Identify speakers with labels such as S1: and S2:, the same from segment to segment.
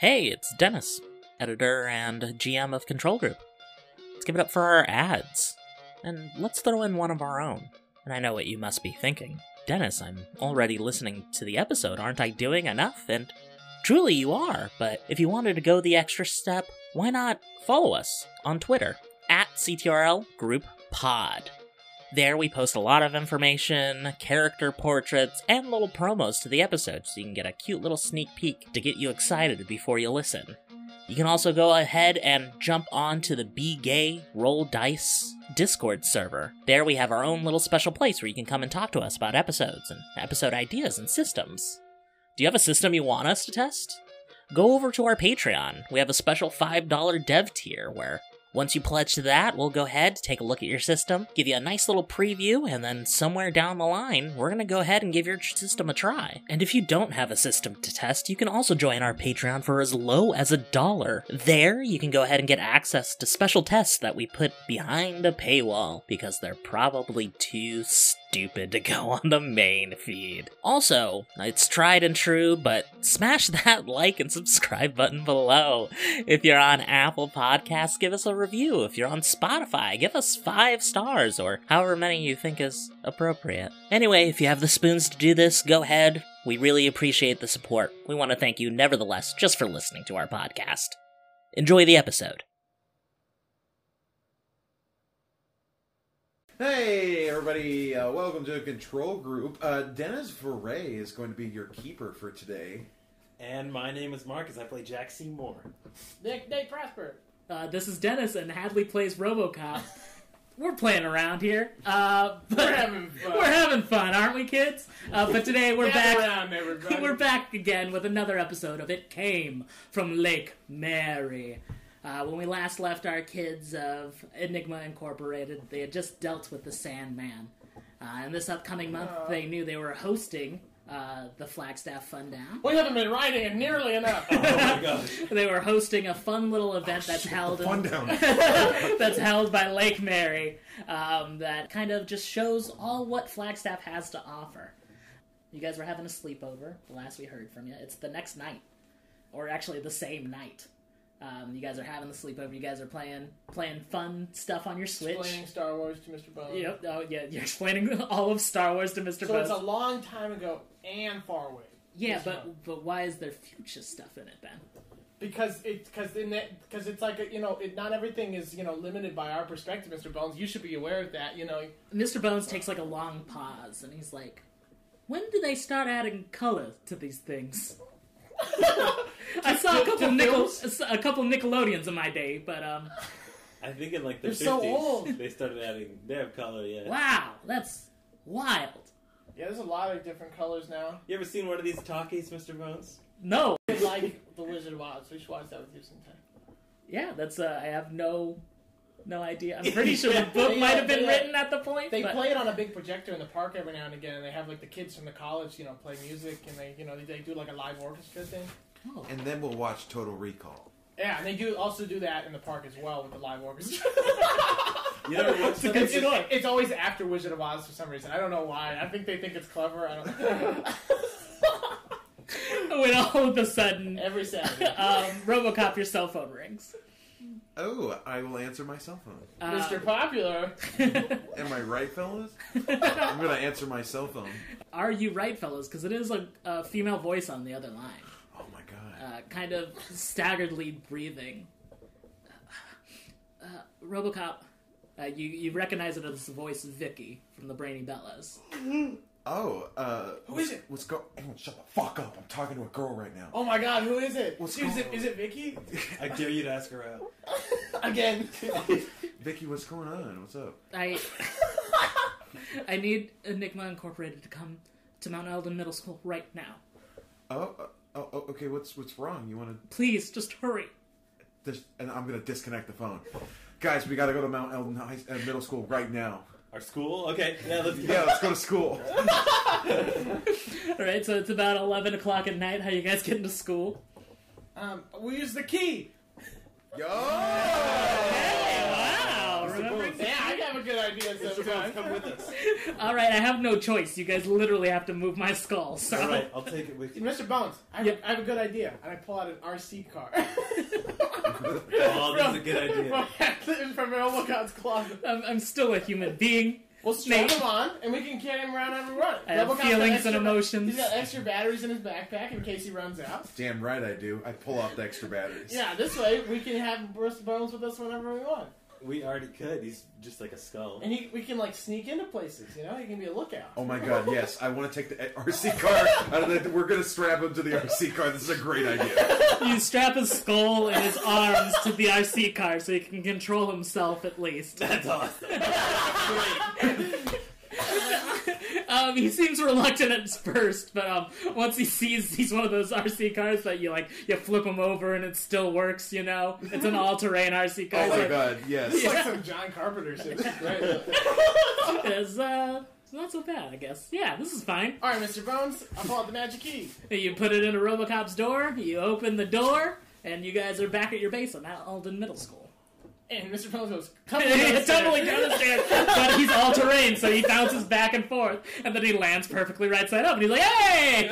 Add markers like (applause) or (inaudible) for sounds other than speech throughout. S1: Hey, it's Dennis, editor and GM of Control Group. Let's give it up for our ads. And let's throw in one of our own. And I know what you must be thinking. Dennis, I'm already listening to the episode. Aren't I doing enough? And truly, you are. But if you wanted to go the extra step, why not follow us on Twitter at CTRL Group Pod? There, we post a lot of information, character portraits, and little promos to the episode, so you can get a cute little sneak peek to get you excited before you listen. You can also go ahead and jump on to the Be Gay Roll Dice Discord server. There, we have our own little special place where you can come and talk to us about episodes and episode ideas and systems. Do you have a system you want us to test? Go over to our Patreon. We have a special $5 dev tier where once you pledge to that, we'll go ahead, take a look at your system, give you a nice little preview, and then somewhere down the line, we're gonna go ahead and give your tr- system a try. And if you don't have a system to test, you can also join our Patreon for as low as a dollar. There, you can go ahead and get access to special tests that we put behind a paywall, because they're probably too stupid to go on the main feed. Also, it's tried and true, but smash (laughs) that like and subscribe button below. If you're on Apple Podcasts, give us a review. If you're on Spotify, give us five stars or however many you think is appropriate. Anyway, if you have the spoons to do this, go ahead. We really appreciate the support. We want to thank you, nevertheless, just for listening to our podcast. Enjoy the episode.
S2: Hey, everybody, uh, welcome to Control Group. Uh, Dennis Veray is going to be your keeper for today.
S3: And my name is Marcus. I play Jack
S4: (laughs)
S3: Seymour.
S5: Nick, Nate Prosper. Uh, this is Dennis, and Hadley plays RoboCop.
S4: (laughs)
S5: We're playing around here, uh, but
S4: We're having fun.
S5: we're having fun, aren't we, kids? Uh, but today we're back.
S4: Gather around, everybody.
S5: (laughs) We're back again with another episode of It Came from Lake Mary. Uh, when we last left our kids of Enigma Incorporated, they had just dealt with the Sandman. Uh, and this upcoming month,
S4: Oh.
S5: they knew they were hosting uh, the Flagstaff Fundown.
S4: We haven't been riding it nearly (laughs) enough.
S3: Oh my gosh.
S5: They were hosting a fun little event that's held in,
S2: Oh, Fun down.
S5: that's held by Lake Mary um, that kind of just shows all what Flagstaff has to offer. You guys were having a sleepover, the last we heard from you. It's the next night, or actually the same night. Um, you guys are having the sleepover. You guys are playing playing fun stuff on your Switch.
S4: Explaining Star Wars to Mr. Bones.
S5: Yep. Oh yeah, you're explaining (laughs) all of Star Wars to Mr.
S4: So it's a
S5: Buzz.
S4: long time ago and far away.
S5: Yeah,
S4: Yes, no.
S5: but but why is there future stuff in it then?
S4: Because it's because in that because it's like a, you know it, not everything is you know limited by our perspective, Mr. Bones. You should be aware of that. You (laughs) know,
S5: Mr. Bones takes like a long pause and he's like, "When do they start adding color to these things?" I saw a
S4: to-
S5: couple
S4: to
S5: Nickel,
S4: films?
S5: I saw a couple Nickelodeons in my day, but um,
S3: I think in like the
S4: You're
S3: 50s,
S4: so old.
S3: they started adding. They have color, yeah.
S5: wow, that's wild.
S4: yeah, there's a lot of different colors now.
S3: You ever seen one of these talkies, Mr. Bones?
S5: No,
S4: (laughs) like the Wizard of Oz. We should watch that with you sometime.
S5: yeah, that's uh, I have no, no idea. I'm pretty sure (laughs) the book
S4: They, uh,
S5: might have been
S4: they, uh,
S5: written at the point.
S4: They
S5: but
S4: play it on a big projector in the park every now and again, and they have like the kids from the college, you know, play music, and they, you know, they, they do like a live orchestra thing.
S5: Oh.
S2: And then we'll watch Total Recall.
S4: Yeah, and they do also do that in the park as well with the live
S3: (laughs)
S4: orchestra.
S3: You
S4: (laughs)
S3: never watched
S5: a
S3: that?
S5: good
S4: it's,
S3: It's-
S5: story.
S4: it's always after Wizard of Oz for some reason. I don't know why. I think they think it's clever. I
S3: (laughs)
S4: don't.
S5: (laughs) when all of a sudden,
S4: Every Saturday,
S5: um, RoboCop, your cell phone rings.
S2: Oh, I will answer my cell phone.
S5: Uh,
S4: Mr. Popular.
S2: Am I right, fellas? I'm going to answer my cell phone.
S5: Um, (laughs) Are you right, fellas? Because it is a, a female voice on the other line.
S2: Oh my god.
S5: uh, kind of staggeredly breathing. Uh, RoboCop, uh, you you recognize it as the voice of Vicky from the Brainy Bellas.
S2: Oh, uh. Who
S4: is it?
S2: What's go? Everyone, shut the fuck up. I'm talking to a girl right now.
S4: Oh my God, who is it?
S2: What's
S4: Dude, is
S2: going
S4: it?
S2: on?
S4: Is
S3: (laughs)
S4: it Vicky?
S3: I dare you to ask her uh, out. (laughs)
S4: Again.
S2: Vicky, what's going on? What's up?
S5: I I need Enigma Incorporated to come to Mount Eldon Middle School right now.
S2: Oh, uh, oh, oh, okay. What's what's wrong? You want
S5: Please, just hurry.
S2: to. Dis- and I'm going to disconnect the phone. Guys, we got to go to Mount Eldon High uh, Middle School right now.
S3: Our school? Okay, yeah, let's go.
S2: Yeah, let's go to (laughs) school.
S5: All right, so it's about eleven o'clock at night. How you guys getting to school?
S4: um, we use the key.
S2: Yo!
S5: Wow,
S4: Yeah, I have a a good idea
S3: Mr. Bones,
S4: sometimes.
S3: come with
S4: (laughs)
S3: us.
S5: (laughs) All right, I have no choice. You guys literally have to move my skull. So
S3: All right, I'll take it with
S4: (laughs)
S3: you.
S4: Mr. Bones, I have, I have a good idea. And I pull out an RC car.
S3: Oh, that's a good idea.
S4: idea. (laughs) From Earl Wilcott's closet.
S5: I'm, I'm still a human being.
S4: We'll strap
S5: Mate.
S4: him on, and we can carry him around every run.
S5: I have
S4: Robocop's got
S5: feelings
S4: extra-
S5: and emotions.
S4: He's got extra batteries in his backpack in case he runs out.
S2: Damn right I do. I pull out the extra batteries.
S4: Yeah, this way we can have Bruce Bones with us whenever we want,
S3: We already could. He's just like a skull.
S4: and he, we can like sneak into places. You know, he can be a lookout. (laughs)
S2: Oh my god, yes. I want to take the RC car out of the. We're going to strap him to the RC car. This is a great idea.
S5: You strap his skull and his arms to the RC car so he can control himself at
S3: (laughs)
S5: least.
S3: That's awesome.
S5: Um, he seems reluctant at first, but um, once he sees he's one of those RC cars that you like, you flip him over and it still works. You know, it's an all-terrain RC car.
S2: Oh
S5: so
S2: my god,
S4: It's
S2: yes.
S4: like some John Carpenter shit. This is great.
S5: It's uh, it's not so bad, I guess. Yeah, this is fine.
S4: (laughs) All right, Mr. Bones, I pull out the magic key.
S5: You put it in a RoboCop's door. You open the door, and you guys are back at your base on Alden Middle School.
S4: And Mr. Bones goes,
S5: (laughs)
S4: come
S5: It's tumbling down
S4: downstairs."
S5: the stairs, but he's all terrain, so he bounces back and forth, and then he lands perfectly right side up, and he's like, "Hey!"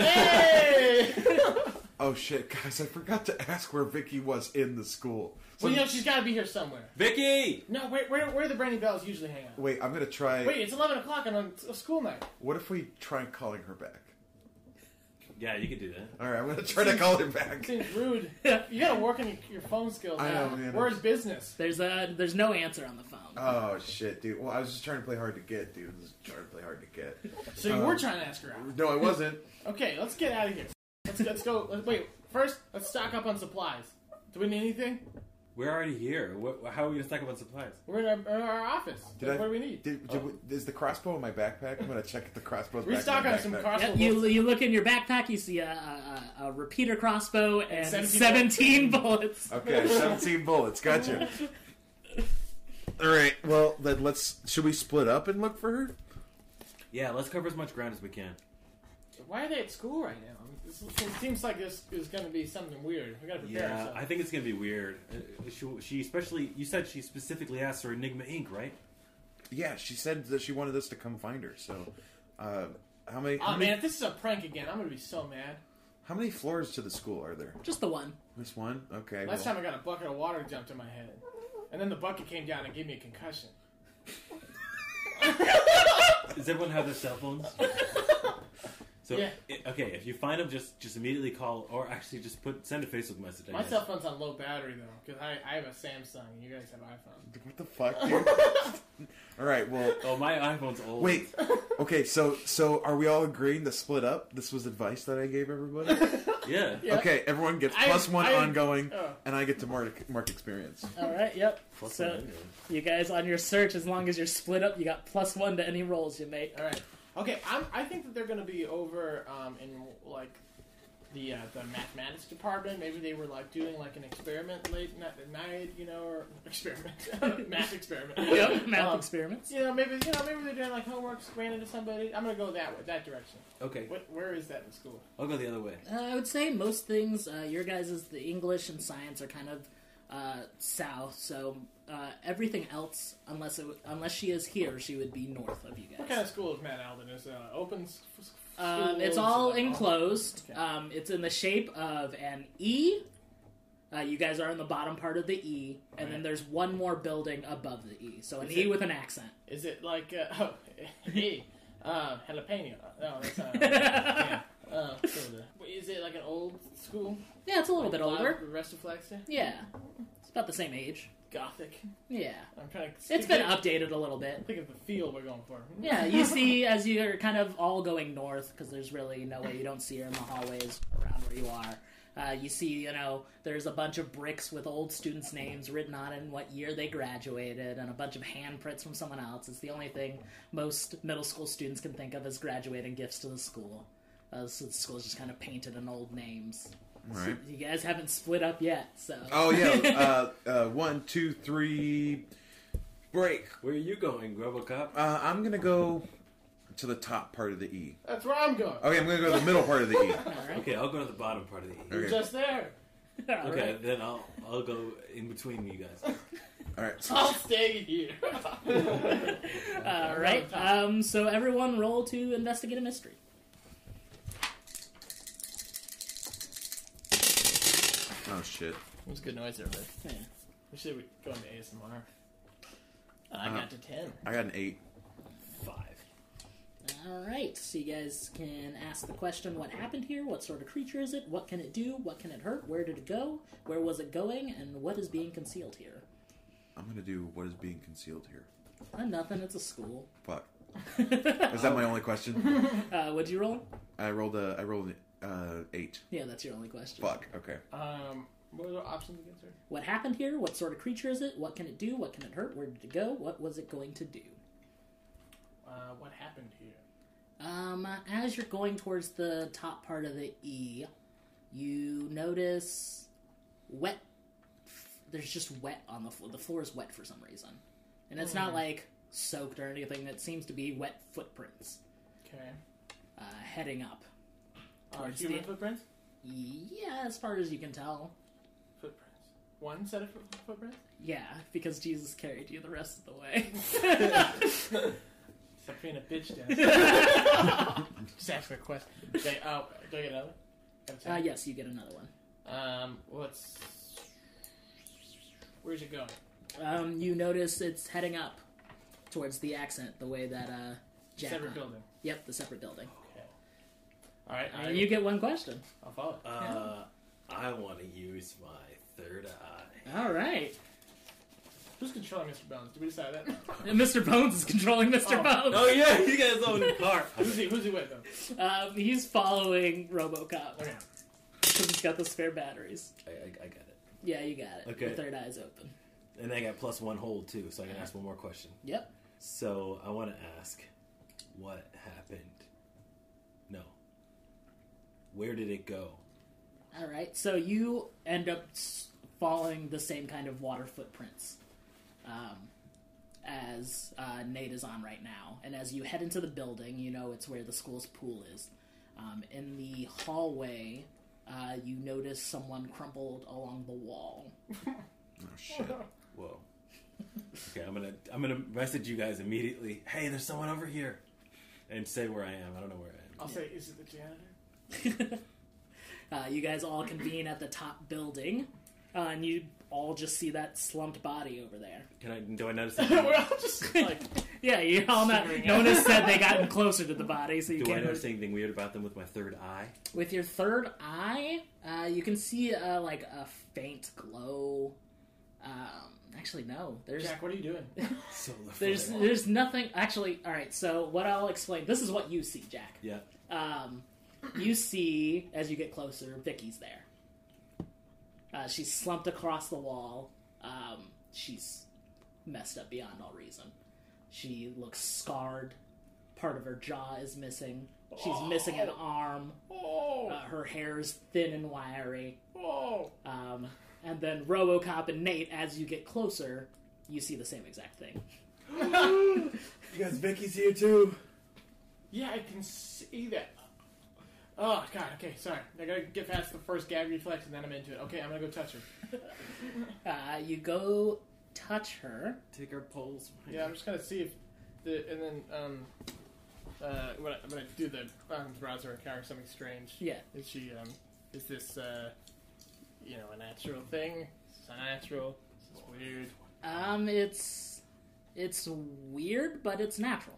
S4: (laughs)
S5: (laughs)
S4: Hey!
S2: Oh shit, guys, I forgot to ask where Vicky was in the school. So,
S4: well, you know, she's got to be here somewhere.
S3: Vicky!
S4: No, where, where, where the Brandy Bells usually hang out.
S2: wait, I'm going to try.
S4: Wait, it's 11 o'clock on a, a school night.
S2: What if we try calling her back?
S3: Yeah, you could do that.
S2: Alright, I'm
S4: (laughs)
S2: going to try to call her back.
S4: Seems
S2: (laughs)
S4: rude. You gotta work on your, your phone skills.
S2: I
S4: now.
S2: know, man.
S4: Where's business?
S5: There's a there's no answer on the phone.
S2: Oh shit, dude. Well, I was just trying to play hard to get, dude. I was trying to play hard to get.
S4: So you
S2: Um,
S4: were trying to ask her out.
S2: No, I wasn't.
S4: Okay, let's get out of here. Let's, let's go. Let's, wait, first, let's stock up on supplies. Do we need anything?
S3: We're already here. What, how are we going to stack up on supplies?
S4: We're in our, in our office.
S2: Did I-
S4: what do we need?
S2: Did, did, Is the crossbow in my backpack? I'm gonna check if the crossbow's back. in
S4: Restock
S2: my
S4: on some
S2: backpack.
S4: crossbow
S5: Yep, you, you look in your backpack, you see a, a, a- a repeater crossbow and 17,
S2: (laughs)
S4: 17
S5: bullets.
S4: (laughs)
S2: Okay, 17 bullets. Gotcha. (laughs) All right. Well, then let's. Should we split up and look for her?
S3: Yeah, let's cover as much ground as we can.
S4: Why are they at school right now? I mean, This, it seems like this is going to be something weird. We gotta prepare
S3: Yeah,
S4: ourselves.
S3: I think it's going to be weird. Uh, She, she especially, you said she specifically asked for Enigma Inc., right?
S2: Yeah, she said that she wanted us to come find her. So, uh, how many?
S4: Oh
S2: how, many
S4: man, if this is a prank again, I'm gonna be so mad.
S2: how many floors to the school are there?
S5: Just the one.
S2: This one. Okay.
S4: Last
S2: well,
S4: time I got a bucket of water dumped in my head, and then the bucket came down and gave me a concussion.
S3: Does everyone have their cell
S4: (laughs)
S3: phones? So
S4: Yeah.
S3: i- okay, if you find them, just just immediately call, or actually just put send a Facebook message. I
S4: My
S3: guess.
S4: cell phone's on low battery though, because I, I have a Samsung and you guys have iPhone.
S2: What the fuck, (laughs) dude?
S4: (laughs)
S2: All right. Well,
S3: Oh, my iPhone's old.
S2: wait. Okay. So, so are we all agreeing to split up? This was advice that I gave everybody.
S3: yeah.
S4: (laughs) Yeah.
S2: Okay. Everyone gets
S4: I-
S2: plus one
S4: I-
S2: ongoing,
S4: oh.
S2: and I get to mark mark experience.
S5: All right, yep.
S3: Plus
S5: so
S3: one,
S5: you guys on your search, as long as you're split up, you got plus one to any rolls you make.
S4: All right. Okay, I'm, I think that they're gonna be over um, in like the uh, the mathematics department. Maybe they were like doing like an experiment late night, at night you know, or (laughs) experiment, (laughs) math experiment.
S5: Yep, (laughs) math
S4: Um,
S5: experiments.
S4: You know, maybe you know, maybe they're doing like homework, explaining to somebody. I'm gonna go that way, that direction.
S3: Okay,
S4: What, where is that in school?
S3: I'll go the other way.
S5: Uh, I would say most things, uh, your guys' is the English and science are kind of uh, south, so uh, everything else, unless it, w- unless she is here, she would be north of you guys.
S4: What kind of school is Matt Alden? Is it uh, open? s- f- s-
S5: Um,
S4: school?
S5: it's
S4: Is
S5: all
S4: it, like,
S5: enclosed.
S4: Okay.
S5: Um, it's in the shape of an E. Uh, you guys are in the bottom part of the E, and then
S4: Alright.
S5: there's one more building above the E. So an
S4: Is
S5: E
S4: it-
S5: with an accent.
S4: Is it like uh, (laughs) oh, hey, uh, jalapeno? No,
S5: (laughs)
S4: that's not. yeah. Uh, soda. Wait, is it like an old school?
S5: Yeah, it's a little bit
S4: Like,
S5: older.
S4: The rest of Flagstaff?
S5: Yeah, it's about the same age.
S4: Gothic.
S5: Yeah,
S4: I'm trying to.
S5: it's been updated a little bit.
S4: Think of the feel we're going for.
S5: Yeah, you see as you're kind of all going north because there's really no way you don't see her in the hallways around where you are. Uh, you see, you know, there's a bunch of bricks with old students' names written on it and what year they graduated, and a bunch of handprints from someone else. It's the only thing most middle school students can think of as graduating gifts to the school. Uh, so the school's just kind of painted in old names.
S2: All right.
S5: You guys haven't split up yet, so.
S2: Oh yeah, uh, uh, one, two, three, break.
S3: Where are you going, RoboCop?
S2: Uh, I'm gonna go to the top part of the E.
S4: That's where I'm going.
S2: Okay, I'm gonna go to the middle part of the
S5: (laughs)
S2: E.
S5: all right.
S3: Okay, I'll go to the bottom part of the E.
S4: You're
S2: Okay.
S4: just there.
S5: All
S3: Okay,
S5: right.
S4: (laughs)
S3: then I'll I'll go in between you guys.
S2: All right.
S4: I'll stay
S5: (laughs)
S4: here.
S5: All right. Um, so everyone, roll to investigate a mystery.
S2: Oh shit.
S4: It was good noise there, but yeah. we should be going to ASMR. I
S2: Uh-huh.
S4: got to ten.
S2: I got an eight.
S4: Five.
S5: All right. So you guys can ask the question: What happened here? What sort of creature is it? What can it do? What can it hurt? Where did it go? Where was it going? And what is being concealed here?
S2: I'm gonna do what is being concealed here.
S5: Uh, nothing. It's a school.
S2: Fuck. Is that my only question?
S5: Uh, what'd you roll?
S2: I rolled a. I rolled an uh, eight.
S5: Yeah, that's your only question.
S2: Fuck. Okay.
S4: Um, what are the options against her?
S5: What happened here? What sort of creature is it? What can it do? What can it hurt? Where did it go? What was it going to do?
S4: Uh, what happened here?
S5: Um, as you're going towards the top part of the E, you notice wet. There's just wet on the floor. The floor is wet for some reason, and it's not like soaked or anything. It seems to be wet footprints
S4: Okay.
S5: uh, heading up.
S4: Uh,
S5: Towards
S4: human
S5: the-
S4: footprints?
S5: Yeah, as far as you can tell.
S4: Footprints. One set of foot- footprints?
S5: Yeah, because Jesus carried you the rest of the way.
S4: Stop being a bitch,
S5: (laughs)
S4: Dennis. Just ask her a question. Okay, uh, do I get another?
S5: uh, yes, you get another one.
S4: Um, what's. Where's it going?
S5: Um, you notice it's heading up towards the accent, the way that uh, Jack.
S4: Separate building.
S5: Yep, the separate building.
S4: Okay. Alright, I,
S5: And you get one question.
S4: I'll follow. it.
S6: Uh, I want to use my third
S4: (laughs)
S6: eye.
S5: All right,
S4: Who's controlling Mr. Bones? Did we decide that?
S5: And Mr. Bones is controlling Mr.
S4: Oh.
S5: Bones.
S6: Oh yeah, you guys own the
S4: (laughs)
S6: car.
S4: (laughs) who's, he, who's he with, though?
S5: Um, he's following RoboCop
S4: Okay.
S5: because he's got the spare batteries.
S6: I, I, I got it,
S5: Yeah, you got it.
S6: Okay.
S5: The third eye's open.
S6: and I got plus one hold too, so I can ask one more question.
S5: Yep.
S6: So I want to ask, what happened? No. Where did it go?
S5: All right. So you end up s- following the same kind of water footprints um, as uh, Nate is on right now. And as you head into the building, you know it's where the school's pool is. Um, in the hallway, uh, you notice someone crumpled along the wall.
S2: Oh shit.
S6: Whoa. Okay, I'm gonna I'm gonna message you guys immediately. Hey, there's someone over here, and say where I am. I don't know where I
S4: I'll
S6: am.
S4: say, is it the janitor?
S5: Uh, you guys all convene at the top building, uh, and you all just see that slumped body over
S4: (laughs)
S5: there.
S6: Can I? Do I notice?
S4: (laughs) We're
S6: Anything,
S4: all just like.
S5: Yeah, you all not.
S4: Shivering.
S5: No one has said they gotten closer to the body, so you
S6: do I
S5: can't.
S6: notice anything weird about them with my third eye?
S5: With your third eye, uh, you can see uh, like a faint glow. Um, actually, no. There's
S4: (laughs) Jack, what are you doing? (laughs)
S6: Solar
S5: there's
S6: flare.
S5: there's nothing. Actually, all right. So what I'll explain. This is what you see, Jack.
S6: yeah.
S5: Um, you see as you get closer, Vicky's there. Uh, she's slumped across the wall. Um, she's messed up beyond all reason. She looks scarred. Part of her jaw is missing. She's missing an arm.
S4: Oh!
S5: Uh, her hair is thin and wiry.
S4: Oh!
S5: Um, and then Robocop and Nate, as you get closer, you see the same exact thing.
S6: You guys, Vicky's here too.
S4: Yeah, I can see that. Oh god. Okay, sorry. I gotta get past the first gag reflex, and then I'm into it. Okay, I'm gonna go touch her.
S5: Uh, you go touch her.
S6: Take our poles.
S4: Yeah, I'm just gonna see if the and then um uh when I, when I do the um, browser encounter something strange.
S5: Yeah.
S4: Is she um is this uh you know a natural thing? Is this unnatural? Is this weird?
S5: Um, it's it's weird, but it's natural.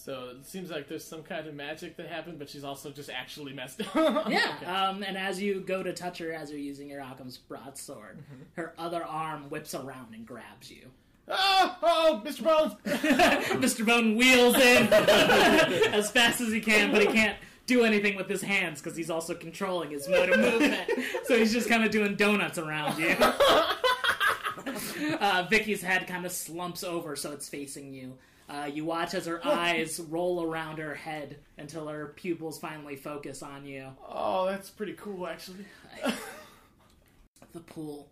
S4: So it seems like there's some kind of magic that happened, but she's also just actually messed (laughs) up.
S5: Yeah.
S4: Uh-huh. Okay.
S5: Um, and as you go to touch her, as you're using your Occam's broadsword, her other arm whips around and grabs you.
S4: Ah! Oh, Mr. Bones.
S5: (laughs) Mr. Bone wheels in (laughs) as fast as he can, but he can't do anything with his hands because he's also controlling his mode of movement. So he's just kind of doing donuts around you. Uh, Vicky's head kind of slumps over, so it's facing you. Uh, you watch as her eyes roll around her head until her pupils finally focus on you.
S4: oh, that's pretty cool, actually.
S5: The pool,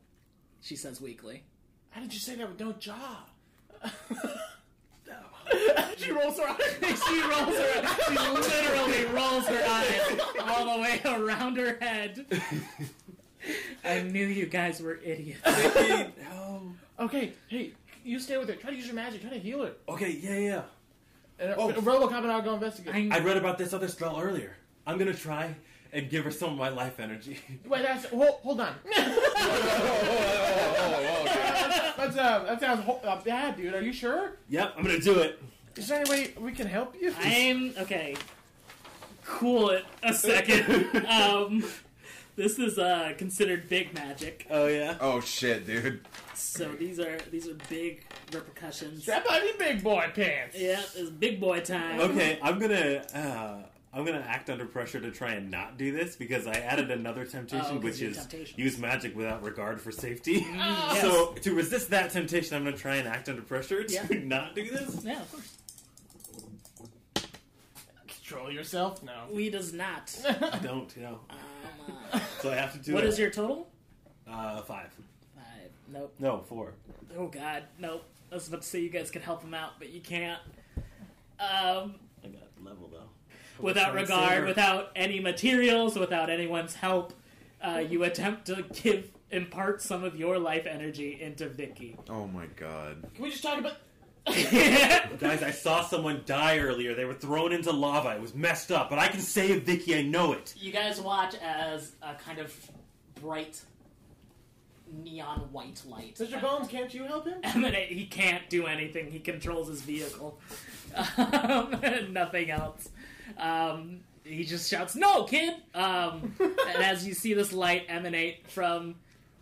S5: she says weakly.
S4: How did you say that with no jaw? (laughs) she rolls her eyes.
S5: (laughs) She rolls her. She literally rolls her eyes all the way around her head. I knew you guys were
S6: (laughs)
S5: idiots. (laughs)
S6: no.
S4: Okay, hey, you stay with her. Try to use your magic. Try to heal her.
S6: Okay, yeah, yeah.
S4: And
S6: Oh.
S4: uh, RoboCop and I'll go investigate.
S5: I
S6: I read about this other spell earlier. I'm gonna try and give her some of my life energy. (laughs)
S4: Wait, that's hold, hold
S5: (laughs)
S4: on. that's uh, that sounds ho- uh, bad, dude. Are you sure?
S6: yep, I'm gonna do it.
S4: Is there any way we can help you?
S5: I'm okay. Cool it a
S6: (laughs)
S5: second. um, this is uh, considered big magic,
S6: Oh yeah.
S2: Oh shit, dude.
S5: so these are these are big repercussions.
S4: Strap on your big boy pants.
S5: Yeah, it's big boy time.
S6: Okay, I'm gonna. Uh, I'm gonna act under pressure to try and not do this because I added another temptation,
S5: Oh, 'cause
S6: which
S5: you
S6: is
S5: have temptations. Oh.
S6: use magic without regard for safety. (laughs)
S5: Yes.
S6: So to resist that temptation, I'm gonna try and act under pressure to
S5: Yeah.
S6: (laughs) not do this.
S5: (laughs) yeah, of course.
S4: Control yourself. No.
S5: We does not.
S6: I don't, you know.
S5: Um, uh,
S6: So I have to do
S5: what
S6: it.
S5: is your total?
S6: uh, five?
S5: Five. Nope.
S6: No, four.
S5: Oh God. Nope. I was about to say you guys could help him out, but you can't. Um,
S6: I got level though.
S5: without
S6: Trying to save
S5: regard,
S6: her.
S5: without any materials, without anyone's help, uh, you attempt to give impart some of your life energy into Vicky. (laughs)
S2: Oh my god.
S4: Can we just talk about?
S6: Guys, I saw someone die earlier. They were thrown into lava. It was messed up, but I can save Vicky. I know it.
S5: you guys watch as a kind of bright neon white light.
S4: Mr. Bones, can't you help him?
S5: Emanate. He can't do anything. He controls his vehicle. (laughs) Um, and nothing else. Um, he just shouts, "No, kid!" Um, and as you see this light emanate from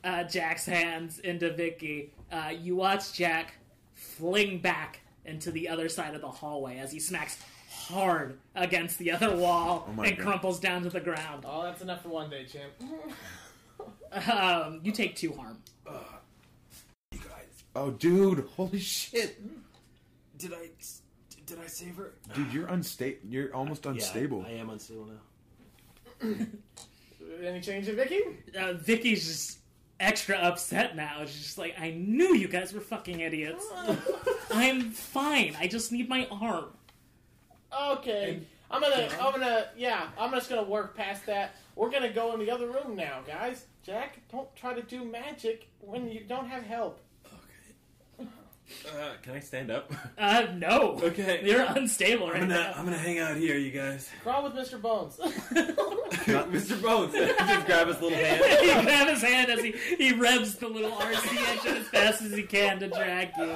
S5: uh, Jack's hands into Vicky, uh, you watch Jack fling back into the other side of the hallway as he smacks hard against the other wall
S2: Oh my
S5: and
S2: God.
S5: crumples down to the ground.
S4: Oh, that's enough for one day, champ.
S5: Um, you take two harm.
S6: You guys,
S2: Oh dude, holy shit.
S6: did I did I save her?
S2: Dude, you're unstable. You're almost unstable.
S6: I, am unstable now.
S4: Any change in Vicky? (laughs)
S5: uh, Vicky's just extra upset now. She's just like, I knew you guys were fucking idiots. I'm fine. I just need my arm.
S4: Okay. I'm gonna, I'm gonna, yeah, I'm just gonna work past that. We're gonna go in the other room now, guys. Jack, don't try to do magic when you don't have help.
S6: Okay. Uh, can I stand up?
S5: Uh, no.
S6: (laughs) Okay. (laughs)
S5: You're unstable right
S6: I'm gonna
S5: now.
S6: I'm gonna hang out here, you (laughs) guys.
S4: Crawl with Mr. Bones. (laughs)
S6: Mr. Bones, (laughs) just grab his little hand.
S5: (laughs) you grab his hand as he, he revs the little RC engine as fast as he can to drag you.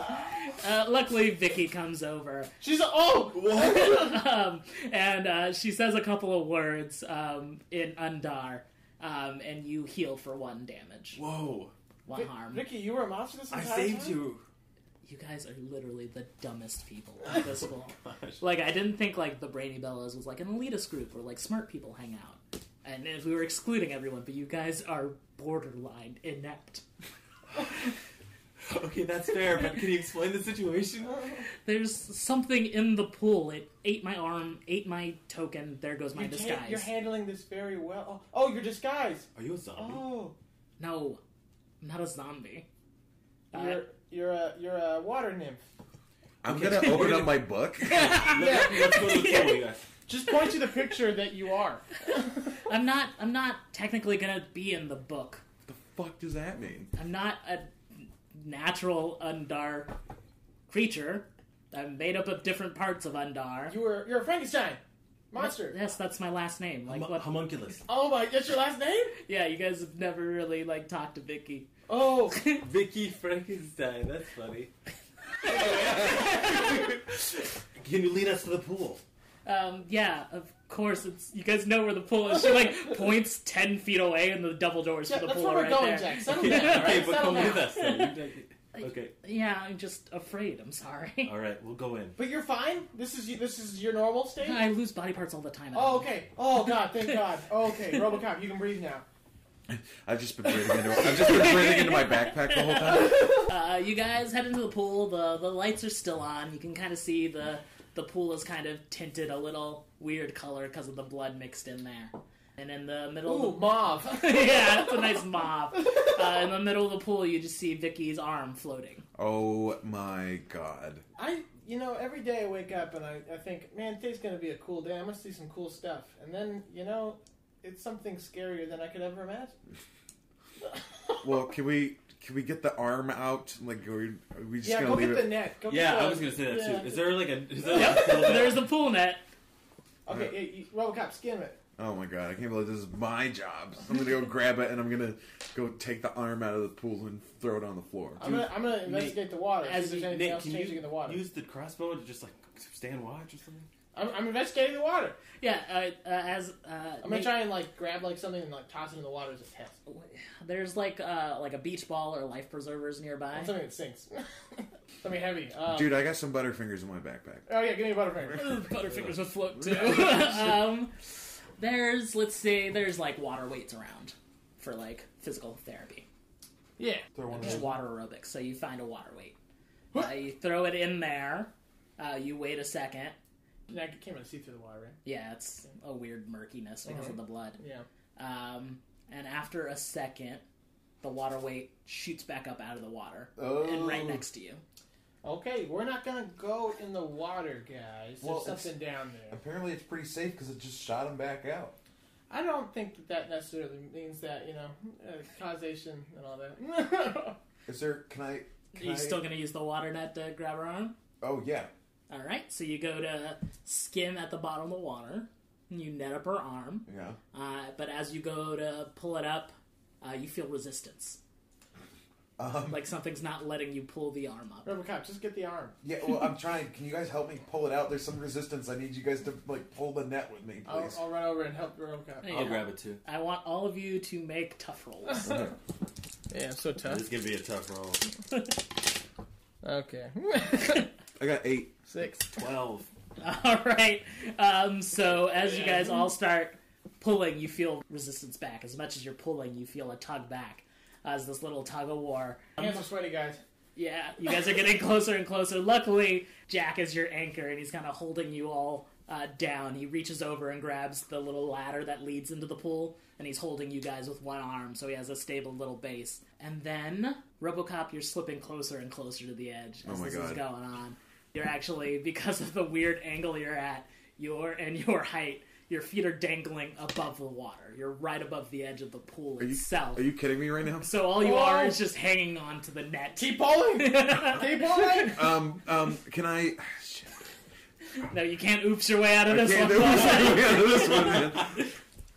S5: Uh, luckily, Vicky comes over. (laughs)
S4: She's oh, (laughs)
S5: um, and uh, she says a couple of words um, in Undar, um, and you heal for one damage,
S6: Whoa!
S5: one harm.
S4: Vicky, you were a monster this
S6: I
S4: entire
S6: saved
S4: time?
S6: you.
S5: You guys are literally the dumbest people at
S6: (laughs)
S5: this school. like, I didn't think like the Brainy Bellas was like an elitist group where like smart people hang out, and if we were excluding everyone, but you guys are borderline inept.
S6: Okay, that's fair. But can you explain the situation?
S5: There's something in the pool. It ate my arm, ate my token. There goes my
S4: You can't-
S5: disguise.
S4: You're handling this very well. Oh, oh, your disguise.
S6: Are you a zombie?
S4: Oh,
S5: no, I'm not a zombie. Uh,
S4: you're you're a you're a water nymph.
S2: I'm
S6: Okay.
S2: gonna open up my
S6: (laughs)
S2: book.
S6: Let, us go to the table, you guys.
S4: Just point to the picture that you are.
S5: I'm not. I'm not technically gonna be in the book.
S2: Fuck does that mean?
S5: I'm not a natural Undar creature. I'm made up of different parts of Undar.
S4: You were you're a Frankenstein monster.
S5: Yes, that's my last name. Like,
S6: Hum-
S5: what?
S6: homunculus.
S4: Oh my, that's your last name?
S5: Yeah, you guys have never really like talked to Vicky. (laughs)
S4: Oh,
S6: Vicky Frankenstein. That's funny. (laughs) Can you lead us to the pool?
S5: Um, yeah, of course. It's you guys know where the pool is. She
S4: (laughs)
S5: like points ten feet away, and the double doors
S4: yeah,
S5: to the
S4: that's
S5: pool are
S4: where
S5: right
S4: we're going,
S5: there. (laughs)
S4: Jack. Settle
S6: Okay,
S4: down. all
S6: okay
S4: right?
S6: but
S4: Settle
S6: come
S4: down.
S6: with us. Then. Okay,
S5: Yeah, I'm just afraid. I'm sorry.
S6: all right, we'll go in.
S4: But you're fine. This is this is your normal
S5: (laughs)
S4: state.
S5: I lose body parts all the time.
S4: Oh, okay. Oh, God, thank God.
S5: (laughs)
S4: Okay, Robocop, you can breathe now.
S2: I've just been breathing into I've just been breathing into my backpack the whole time.
S5: Uh, you guys head into the pool. the The lights are still on. You can kind of see the the pool is kind of tinted a little weird color because of the blood mixed in there. And in the middle, of the
S4: Ooh, mauve.
S5: (laughs) yeah, it's a nice mop. Uh, in the middle of the pool, you just see Vicky's arm floating.
S2: Oh my god.
S4: I, you know, every day I wake up and I, I think, man, today's going to be a cool day. I'm going to see some cool stuff. And then, you know, it's something scarier than I could ever imagine.
S2: Well, can we can we get the arm out? Like, are we, are we just
S4: yeah,
S2: gonna
S4: go
S2: leave
S4: get
S2: it?
S4: the net. Go
S6: Yeah,
S4: get the,
S6: I was gonna say that
S4: yeah.
S6: too. Is there like a? Is
S5: (laughs)
S6: there
S5: Yep,
S6: like a
S5: there's the pool net.
S4: Okay, yeah, you, RoboCop, skim it.
S2: oh my god, I can't believe this is my job. I'm gonna go grab it and I'm gonna go take the arm out of the pool and throw it on the floor.
S4: I'm gonna, I'm gonna investigate the water. see
S5: as
S4: if there's
S5: you-
S4: anything
S6: Nate,
S4: else
S6: can
S4: changing
S6: you
S4: in the water.
S6: use the crossbow to just like stand watch or something?
S4: I'm, I'm investigating the water.
S5: Yeah, uh, uh, as uh,
S4: I'm
S5: Nate-
S4: gonna try and like grab like something and like toss it in the water as a test.
S5: there's like uh, like a beach ball or life preservers nearby.
S4: Something that sinks. (laughs) something heavy. Um,
S2: Dude, I got some butterfingers in my backpack.
S4: Oh yeah, give me a butterfinger.
S5: Ooh, Butterfingers would float too. (laughs) um, there's let's see, there's like water weights around for like physical therapy,
S4: Yeah.
S5: just water aerobics. So you find a water weight, uh, you throw it in there, uh, you wait a second.
S4: Yeah, I can't even see through the water. Right?
S5: Yeah, it's a weird murkiness because of the blood.
S4: Yeah.
S5: Um, and after a second, the water weight shoots back up out of the water
S2: Oh,
S5: and right next to you.
S4: Okay, we're not gonna go in the water, guys. There's
S2: Well, it's-
S4: something down there.
S2: Apparently, it's pretty safe because it just shot him back out.
S4: I don't think that that necessarily means that you know uh, causation and all that. (laughs)
S2: Is there? Can I?
S5: Are
S2: Can
S5: you
S2: I-
S5: still gonna use the water net to grab her arm?
S2: Oh yeah.
S5: All right, so you go to skim at the bottom of the water. and You net up her arm,
S2: Yeah.
S5: uh, but as you go to pull it up, uh, you feel resistance.
S2: Um,
S5: Like something's not letting you pull the arm up.
S4: RoboCop, just get the arm.
S2: yeah. Well, I'm trying. Can you guys help me pull it out? There's some resistance. I need you guys to like pull the net with me,
S5: Oh,
S4: I'll,
S2: please.
S4: I'll run over and help RoboCop.
S5: Yeah.
S6: I'll grab it too.
S5: I want all of you to make tough
S2: (laughs)
S5: rolls.
S4: Yeah, so
S6: This
S4: tough.
S6: is gonna be a tough roll.
S4: Okay.
S2: I got eight.
S4: Six.
S6: Twelve.
S5: (laughs) all right, um, so as you guys all start pulling, you feel resistance back. As much as you're pulling, you feel a tug back. As this little tug of war.
S4: Hands are sweaty, guys.
S5: Yeah, you guys are getting (laughs) closer and closer. Luckily, Jack is your anchor, and he's kind of holding you all uh, down. He reaches over and grabs the little ladder that leads into the pool, and he's holding you guys with one arm, so he has a stable little base. And then, Robocop, you're slipping closer and closer to the edge as
S2: Oh my
S5: this is
S2: God.
S5: going on. You're actually, because of the weird angle you're at, your and your height, your feet are dangling above the water. You're right above the edge of the pool
S2: Are you?
S5: itself.
S2: Are you kidding me
S5: (laughs)
S2: right now?
S5: so all you are
S4: Whoa.
S5: is just hanging on to the net.
S4: Keep pulling. Keep pulling.
S2: Um. Um. Can I? Shit.
S5: No, you can't oops your way out of
S2: I
S5: this
S2: can't do
S5: one.
S2: this one. (laughs) Yeah, do this one, man.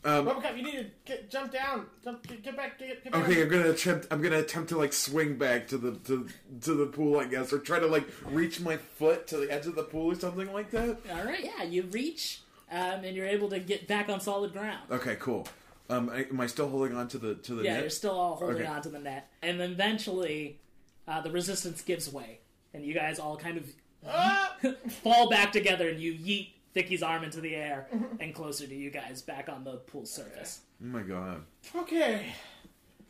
S4: RoboCop, you need to get, jump down. Jump, get, get back. Get, get back.
S2: Okay, I'm gonna attempt. I'm gonna attempt to like swing back to the to to the pool, I guess, or try to like reach my foot to the edge of the pool or something like that.
S5: (laughs) All right, yeah, you reach, um, and you're able to get back on solid ground.
S2: Okay, cool. Um, I, am I still holding on to the to the
S5: yeah,
S2: net?
S5: you're still all holding
S2: Okay.
S5: on to the net, and then eventually, uh, the resistance gives way, and you guys all kind of (laughs)
S4: Ah!
S5: fall back together, and you yeet Vicky's arm into the air and closer to you guys back on the pool surface.
S2: oh my god.
S4: Okay.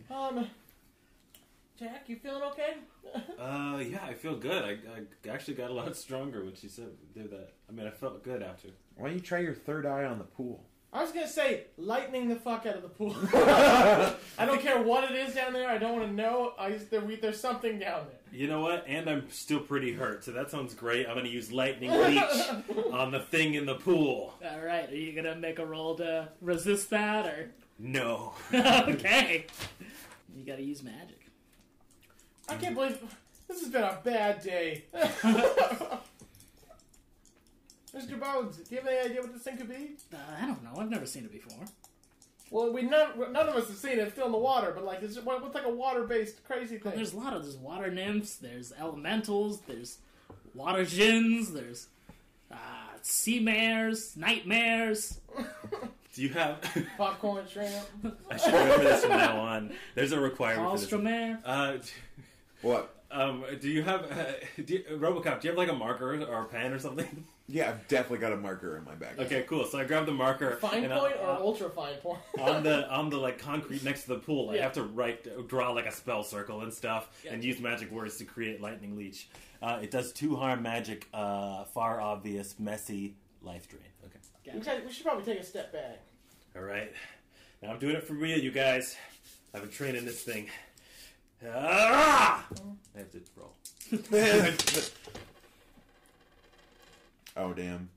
S4: Um, Jack, you feeling okay?
S6: Uh, yeah, I feel good. I, I actually got a lot stronger when she said did that. I mean, I felt good after.
S2: Why don't you try your third eye on the pool?
S4: I was gonna say lightning the fuck out of the (laughs) pool. I don't care what it is down there. I don't want to know. I just, there, we, there's something down there.
S6: You know what? And I'm still pretty hurt, so that sounds great. I'm gonna use lightning
S4: (laughs)
S6: leech on the thing in the pool.
S5: All right, are you gonna make a roll to resist that, or (laughs)
S6: No.
S5: okay? You gotta use magic.
S4: I can't believe this has been a bad day. (laughs) Mr. Bones, do you have any idea what this thing could be?
S5: Uh, I don't know. I've never seen it before.
S4: Well, we none, none of us have seen it. It's still in the water, but like, it's just, what's like a water-based crazy thing?
S5: There's a lot of there's water nymphs, there's elementals, there's water djinns, there's uh, sea mares, nightmares.
S6: Do you have?
S4: popcorn shrimp.
S6: I should remember this from now on. There's a requirement for this.
S5: Alstromare.
S6: Uh,
S2: What?
S6: um, do you have? Uh, do you, RoboCop, do you have like a marker or a pen or something? (laughs)
S2: Yeah, I've definitely got a marker in my back.
S6: Okay, cool. So I grab the marker.
S4: Fine
S6: and
S4: point
S6: I,
S4: or ultra fine (laughs) point?
S6: on the on the like concrete next to the pool, I
S4: Yeah.
S6: have to write draw like a spell circle and stuff, and use magic words to create lightning leech. Uh, it does two harm magic, uh, far obvious, messy life drain. Okay,
S4: We should, we should probably take a step back.
S6: all right. Now I'm doing it for real, you guys. I've been training this thing. Ah! I have to roll.
S2: (laughs) Oh damn.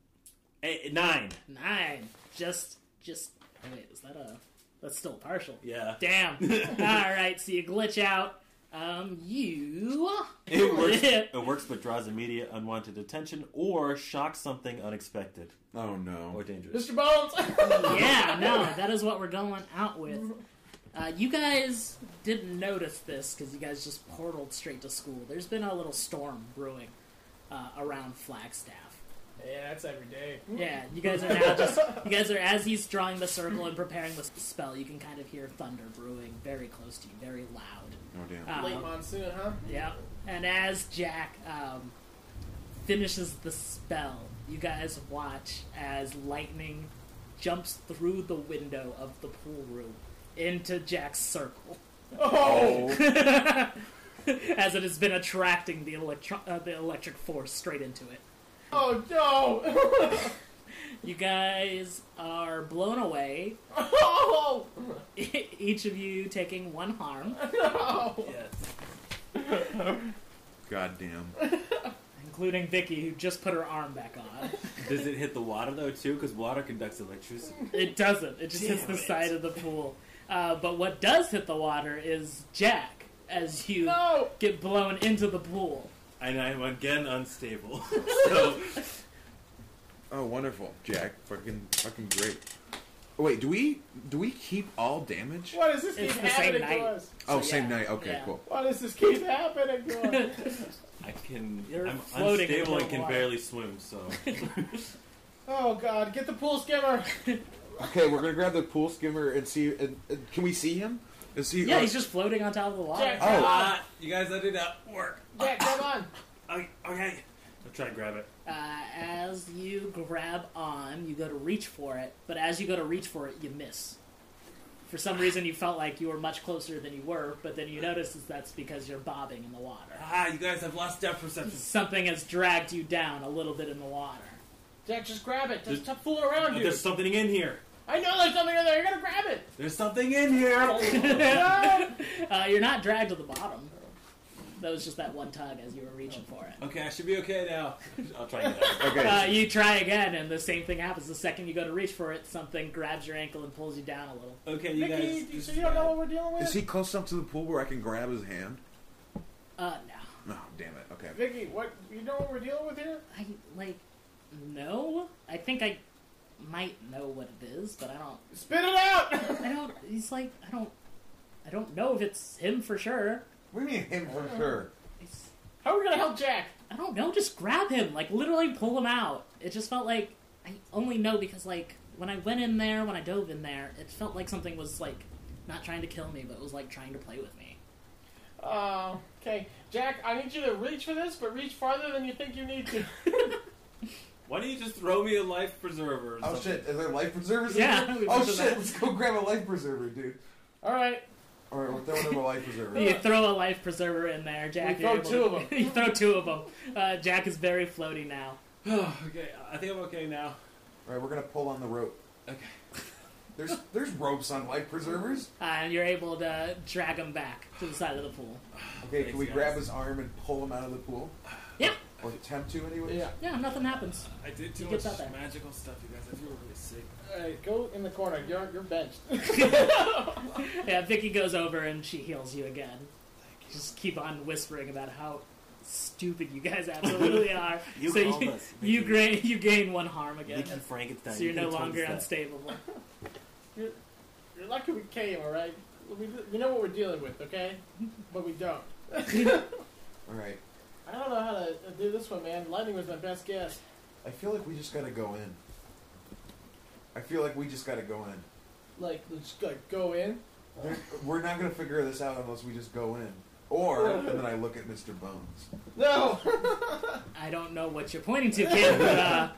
S6: Eight, nine.
S5: Nine. Just just oh wait, is that a That's still partial.
S6: (laughs) Yeah.
S5: Damn. All right, so you glitch out. Um, you. (laughs)
S6: It works. it works, but draws immediate unwanted attention or shocks something unexpected
S2: Oh no.
S6: or dangerous.
S4: Mr. Bones.
S5: yeah, no, that is what we're going out with. Uh, you guys didn't notice this because you guys just portaled straight to school. There's been a little storm brewing uh, around Flagstaff.
S4: (laughs) yeah, that's every day.
S5: Yeah, you guys are now just you guys are as he's drawing the circle and preparing the s- spell. You can kind of hear thunder brewing very close to you, very loud.
S2: Oh damn.
S5: Um,
S4: Late monsoon, huh?
S5: Yeah. And as Jack um, finishes the spell, you guys watch as lightning jumps through the window of the pool room into Jack's circle. (laughs)
S4: Oh,
S5: as it has been attracting the, electro- uh, the electric force straight into it.
S4: oh no! (laughs)
S5: You guys are blown away, (laughs)
S4: oh
S5: each of you taking one harm,
S4: no!
S6: Yes.
S2: God damn.
S5: including Vicky, who just put her arm back on.
S6: Does it hit the water though too? Because water conducts electricity.
S5: It doesn't. It just hits
S6: Damn
S5: the
S6: it.
S5: side of the pool. Uh, but what does hit the water is Jack as you
S4: No!
S5: get blown into the pool.
S6: And I'm again unstable.
S5: (laughs)
S6: so
S2: Oh wonderful, Jack. Fucking fucking great. Oh, wait, do we do we keep all damage?
S4: What is this
S5: It's
S4: keep
S5: the same
S4: happening
S5: night.
S4: to us?
S2: Oh,
S5: So,
S2: same
S5: yeah.
S2: night. Okay,
S5: Yeah.
S2: cool.
S4: Why does this keep happening to us?
S6: I can.
S5: You're
S6: I'm
S5: floating in
S6: unstable
S5: the
S6: and can
S5: water.
S6: barely swim. So
S5: (laughs)
S4: oh god, get the pool skimmer!
S2: Okay, we're gonna grab the pool skimmer and see. And, and can we see him? Is he?
S5: Yeah, he's just floating on top of the water.
S4: Jack,
S2: Oh.
S4: come on!
S6: Ah, you guys, I did not work.
S4: Jack, come on!
S6: Okay, okay. I'll try and grab it.
S5: Uh, as you grab on, you go to reach for it, but as you go to reach for it, you miss. For some reason, you felt like you were much closer than you were, but then you notice that that's because you're bobbing in the water.
S6: Ah, you guys, I've lost depth perception.
S5: Something has dragged you down a little bit in the water.
S4: Jack, just grab it. Just
S6: There's-
S4: stop fooling around,
S6: But
S4: dude.
S6: Oh, there's something in here.
S4: I know there's something in there. You're gonna grab it.
S6: There's something in
S5: Oh.
S6: here.
S4: No!
S5: (laughs) Uh, you're not dragged to the bottom. That was just that one tug as you were reaching for it.
S6: okay, I should be okay
S5: (laughs)
S6: now. I'll try and get out.
S2: oh, Okay.
S5: Uh, you try again, and the same thing happens. The second you go to reach for it, something grabs your ankle and pulls you down a little.
S6: Okay, you
S4: Mickey,
S6: guys. uh,
S4: you,
S6: this
S4: so
S6: is
S4: you don't know
S6: bad.
S4: what we're dealing with?
S2: is he close enough to the pool where I can grab his hand?
S5: Uh, no.
S2: No, damn it. Okay.
S4: Vicky, what? You know what we're dealing with here?
S5: I, like, no? I think I might know what it is, but I don't.
S4: Spit it out! (laughs)
S5: I don't. He's like, I don't. I don't know if it's him for sure.
S2: What do you mean him for sure?
S5: It's,
S4: How are we gonna help Jack?
S5: I don't know. Just grab him. Like, literally pull him out. It just felt like. I only know because, like, when I went in there, when I dove in there, it felt like something was, like, not trying to kill me, but was, like, trying to play with me.
S4: Uh, okay, Jack, I need you to reach for this, but reach farther than you think you need to. (laughs)
S6: Why don't you just throw me a life preserver? Or
S2: Oh
S6: something?
S2: shit! Is there life preservers?
S5: Yeah,
S2: In
S5: (laughs) we
S2: here? Oh
S5: mentioned
S2: shit!
S5: that.
S2: Let's go grab a life preserver, dude.
S4: All right.
S2: All right, we're throwing him a life preserver.
S5: You throw a life preserver in there, Jack.
S4: We
S5: you're
S4: throw
S5: able
S4: two
S5: to-
S4: of
S5: (laughs)
S4: 'em.
S5: you throw two of them. Uh, Jack is very floaty now.
S6: okay, I think I'm okay now.
S2: All right, we're gonna pull on the rope.
S6: Okay.
S2: There's there's ropes on life preservers.
S5: Uh, and you're able to drag him back to the side of the pool.
S2: Okay,
S6: Thanks,
S2: can we
S6: guys.
S2: grab his arm and pull him out of the pool?
S5: Yeah.
S2: Or attempt to, anyway.
S4: Yeah.
S5: Yeah, nothing happens.
S6: I did
S5: too You get much that there.
S6: magical stuff, you guys. I feel really sick.
S4: All right, go in the corner. You're, you're benched. (laughs)
S5: Yeah, Vicky goes over and she heals you again. Just keep on whispering about how stupid you
S6: (laughs)
S5: guys absolutely are.
S6: You
S5: so
S6: called
S5: you,
S6: us,
S5: you,
S6: Vicky.
S5: gra- you gain one harm again.
S6: Leaky Frankenstein.
S5: So you're
S6: you
S5: no
S6: could've told
S5: longer
S6: us that.
S5: unstable.
S6: (laughs)
S4: you're lucky we came, all right? We, we know what we're dealing with,
S5: (laughs)
S4: okay? But we don't.
S2: All right.
S4: I don't know how to uh, do this one, man. Lightning was my best guess.
S2: I feel like we just gotta go in. I feel like we just gotta go in.
S4: Like, let's just, like, go in.
S2: There- We're not gonna figure this out unless we just go in. Or and then I look at Mr. Bones.
S4: No! (laughs)
S5: I don't know what you're pointing to, kid, but (laughs) uh,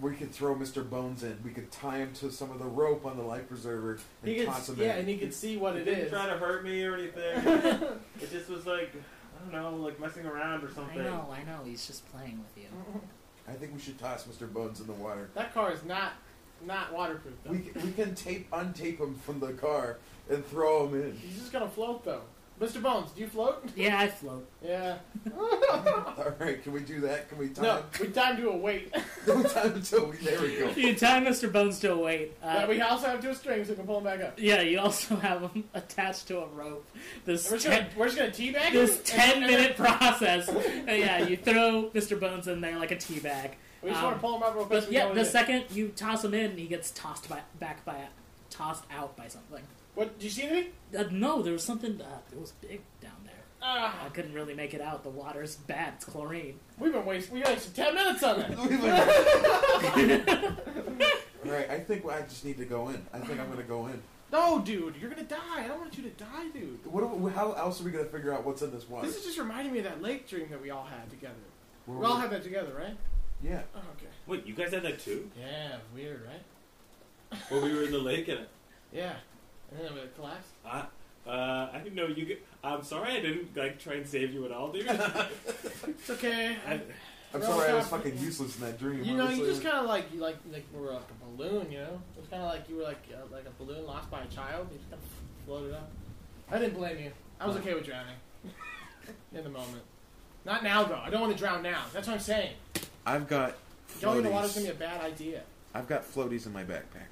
S2: We could throw Mr. Bones in. We could tie him to some of the rope on the life preserver and
S4: He could,
S2: toss him
S4: yeah,
S2: in.
S4: and he could see what
S6: It
S4: it
S6: didn't
S4: is.
S6: try to hurt me
S5: (laughs)
S6: or anything. it just was like, I don't know, like messing around or
S5: I
S6: something.
S5: know, I know. He's just playing with you.
S2: I think we should toss Mr. Bones in the water.
S4: That car is not not waterproof, though.
S2: We, c- we can tape untape him from the car and throw him in.
S4: He's just gonna float, though. Mr. Bones, do you float? (laughs)
S5: Yeah, I float.
S4: Yeah.
S2: All right, can we do that? Can we time? (laughs)
S4: No, we timed to
S5: (laughs)
S4: a weight.
S2: No time until we. There
S4: (laughs)
S2: we go.
S5: You tie Mr. Bones to a weight. Uh,
S4: But we also have two strings. We can pull them back up.
S5: yeah, you also have him (laughs) attached to a rope. This
S4: We're just
S5: ten,
S4: gonna, we're just gonna teabag him,
S5: this
S4: and-
S5: ten
S4: and
S5: minute
S4: then
S5: process. (laughs) Uh, yeah, you throw Mr. Bones in there like a tea bag.
S4: We just want
S5: um,
S4: to pull him up real quick. so
S5: But
S4: we know
S5: yeah, the
S4: what it is.
S5: second you toss him in, he gets tossed by, back by tossed out by something.
S4: What? Do you see anything?
S5: Uh, no, there was something. Uh, it was big down there.
S4: Ah,
S5: I couldn't really make it out. The water's bad. It's chlorine.
S4: we've been wasting. We wasted ten minutes on that.
S2: We like- All right, I think I just need to go in. I think I'm gonna go in.
S4: No, dude, you're gonna die. I don't want you to die, dude.
S2: What? do- How else are we gonna figure out what's in this water?
S4: This is just reminding me of that lake dream that we all had together.
S2: Where
S4: We all
S2: we-
S4: had that together, right?
S2: yeah.
S4: Oh, okay.
S6: Wait, you guys had that too?
S4: Yeah, weird, right?
S6: When we were in the lake and
S4: Yeah. And then it collapsed.
S6: I, uh, I didn't know you. Could, I'm sorry, I didn't like try and save you at all, (laughs) dude.
S4: It's okay.
S6: I,
S2: I'm
S4: Well,
S2: sorry, I was
S4: stop.
S2: fucking useless in that dream.
S4: you know, you
S2: honestly.
S4: just kind of like you like like were like a balloon. You know, it's kind of like you were like uh, like a balloon lost by a child. You just kind of floated up. I didn't blame you. I was okay with drowning (laughs) in the moment. Not now though. I don't want to drown now. That's what I'm saying.
S2: I've got.
S4: Going in the water's
S2: Floaties.
S4: gonna be a bad idea.
S2: I've got floaties in my backpack.